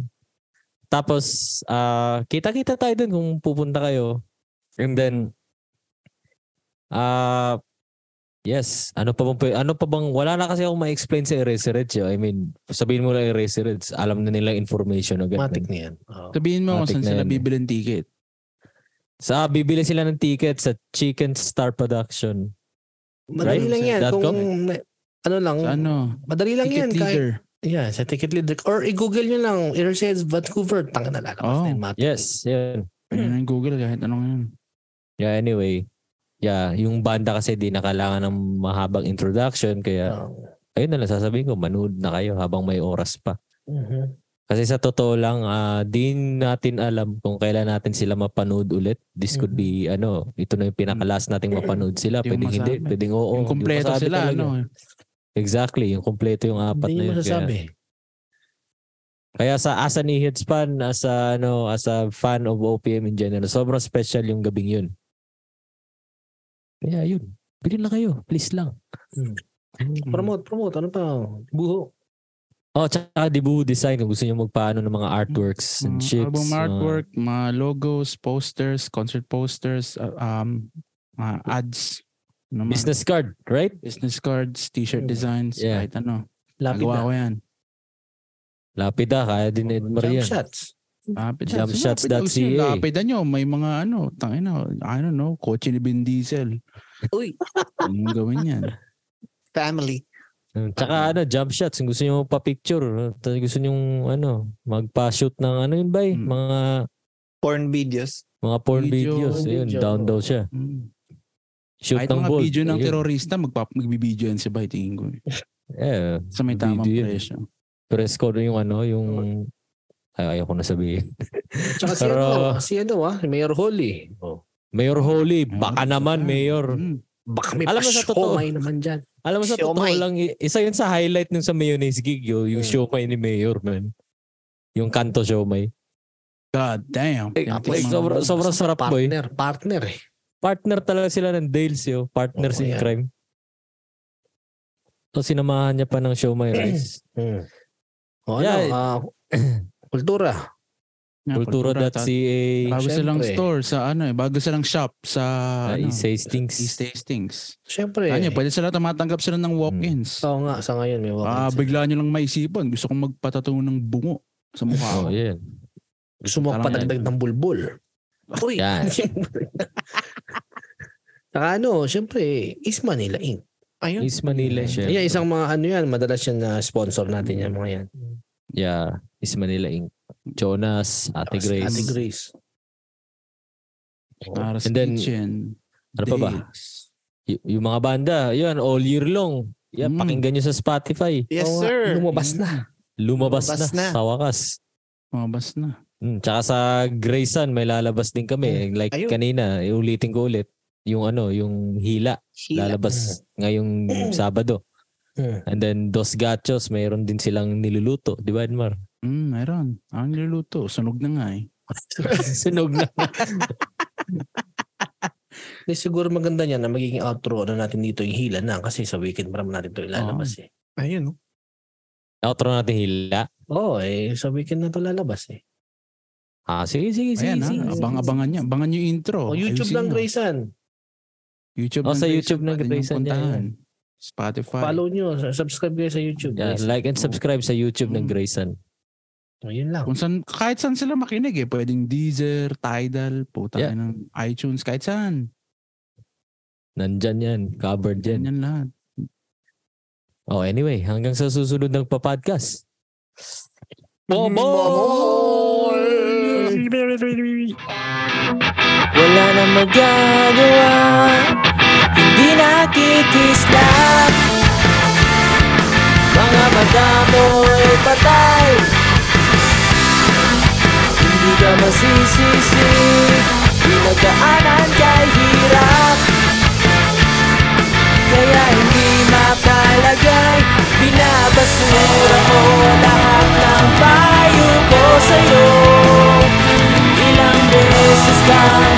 Tapos, ah, kita-kita tayo dun kung pupunta kayo. And then, ah, yes, ano pa bang, pwe- ano pa bang, wala na kasi akong ma-explain sa Eraserheads. yo. I mean, sabihin mo lang Eraserheads, alam na nila yung information agad. Matik na yan. Oh. Sabihin mo kung Matik saan na sila yan eh. bibili ng ticket. Sa, bibili sila ng ticket sa Chicken Star Production. Madali Right? lang yan. Dot Kung com? may- ano lang, Sa ano? madali lang Ticket yan. Kahit, leader. yeah, sa ticket leader. Or i-google nyo lang, Airshades Vancouver. Tanga na lalabas Oh. na yun, Matik. Yes, yan. Ayun ang Google kahit ano anong yan. Yeah, anyway. Yeah, yung banda kasi di na kailangan ng mahabang introduction kaya Oh. Ah. ayun na lang sasabihin ko, manood na kayo habang may oras pa. Mhm. Kasi sa totoo lang, ah, di natin alam kung kailan natin sila mapanood ulit. This could be, ano, ito na yung pinakalas nating mapanood sila. Mm-hmm. Mm. Di mo Pwedeng hindi, masabi. pwedeng oo. yung Di mo kompleto masabi sila, talaga. ano? Exactly, yung kompleto yung apat Hindi na nyo yun. Kaya, masasabi. kaya sa as an Ihids fan, as a, ano, as a fan of OPM in general, sobrang special yung gabing yun. Kaya yun, bilhin lang kayo, please lang. Mm. Mm. Promote, promote. Ano pa? Buho. Oh, tsaka Dibu Design kung gusto niyo magpaano ng mga artworks and Mga shits. Mm, Album mga- artwork, mga logos, posters, concert posters, uh, um, mga ads, ano man, business, business card, right? cards, Mm. t-shirt designs, Yeah. kahit ano. Lapid Nagawa na. ko yan. Lapid ah, kaya din Edmar Jump yan. shots. Lapid Jumpshots.ca. Lapidan nyo, may mga ano, tangin na, I don't know, kotse ni Vin Diesel. Uy. Anong gawin yan? family. Mm, Tsaka ano, jump shots. Kung gusto nyo pa-picture, t- gusto nyo ano, magpa-shoot ng ano yun ba eh? Mm. Mga, Porn videos. mga porn Video, videos. Ayun, video. down daw siya. Mm. Shoot Kahit ng mga bolt. video ng Ayun. terorista, magpa- magbibideo yan si Bay, tingin ko. eh. Eh, Sa may tamang Video yun. presyo. press code yung ano, yung... Ay, ayaw ko na sabihin. Tsaka si Pero- ano, si ano ah, Mayor Oh. Holy. Mayor Holy, baka Ayun, naman, ayun. Mayor. Mm. Baka may Alam mo, sa totoo. pasyomay naman dyan. Alam mo sa totoo Siomay. lang, i- isa yun sa highlight nung sa mayonnaise gig, yo, yung siomay ni Mayor, man. Yung kanto siomay. God damn. Eh, Yung like, mga- sobrang, sobrang sarap, boy. Partner, partner eh. Partner talaga sila ng Dales, yo. Partners Oo, in yan. crime. So, sinamahan niya pa ng siomay rice. Hmm. O ano, Yeah. ah, kultura. Yeah, Kultura.ca. Bago silang Siyempre. store sa ano eh, bago silang shop sa Uh, ano, East Hastings. East Hastings. Siyempre. Ano, pwede sila tumatanggap sila ng walk-ins. Hmm. Oo nga, sa ngayon may Ah, vacancy. bigla nyo lang maisipan. Gusto kong magpatato ng bungo sa mukha ko. Oh, yan. Gusto mo Parang padagdag ng bulbul. Uy. Yan. Saka ano, siyempre, East Manila Inc. Ayun. East Manila siya. Yan, isang mga ano yan, madalas yan na sponsor natin yan, mga yan. Yeah. East Manila Inc. Jonas, Ate Tapos Grace. Ate Grace. Para sa And then, kitchen. ano pa ba? dates. Y- yung mga banda, yan, all year long. Yan, Mm. pakinggan nyo sa Spotify. Yes, Oo nga, sir. Lumabas na. Hmm, Lumabas, Lumabas na, na. sa wakas. Mabas na. Mm, tsaka sa Grayson, may lalabas din kami. Like Ayun. kanina, iulitin ko ulit. Yung ano, yung hila. Sheila. Lalabas ngayong Sabado. Mm. And then Dos Gachos, mayroon din silang niluluto. Di ba, Edmar? Mm, meron. Ang niluluto. Sunog na nga eh. Sunog na. Di Eh, siguro maganda niya na magiging outro na natin dito yung hila na kasi sa weekend pa naman natin ito ilalabas eh. Ayun. oh. Outro natin hila. Oo, eh, sa weekend na ito lalabas eh. Ah, sige, sige, sige. Ayan ah. sige, ha. sige, Abang-abangan niya. Abangan niyo yung intro. O Oh, YouTube Oh, Ayusin ng niyo. Grayson. YouTube Oh, ng sa Grayson, YouTube ng pwede niyong Grayson niya, puntahan. Spotify. Follow nyo. Subscribe kayo sa YouTube. Yeah, Grayson. Ah, like and subscribe sa YouTube ng Mm. Grayson. O, yun lang. Kung saan, kahit saan sila makinig eh. Pwedeng Deezer, Tidal, puta Yeah. ng iTunes, kahit saan. Nandyan yan. Covered yan. Yan lahat. Oh, anyway, hanggang sa susunod ng pa-podcast. Mm, Wala na magagawa Hindi nakikisla Mga mata mo'y patay Hindi ka masisisi Pinagdaanan kay hirap Kaya hindi mapalagay Binabasura ko lahat ng payo ko sa'yo Ilang beses kang Ah.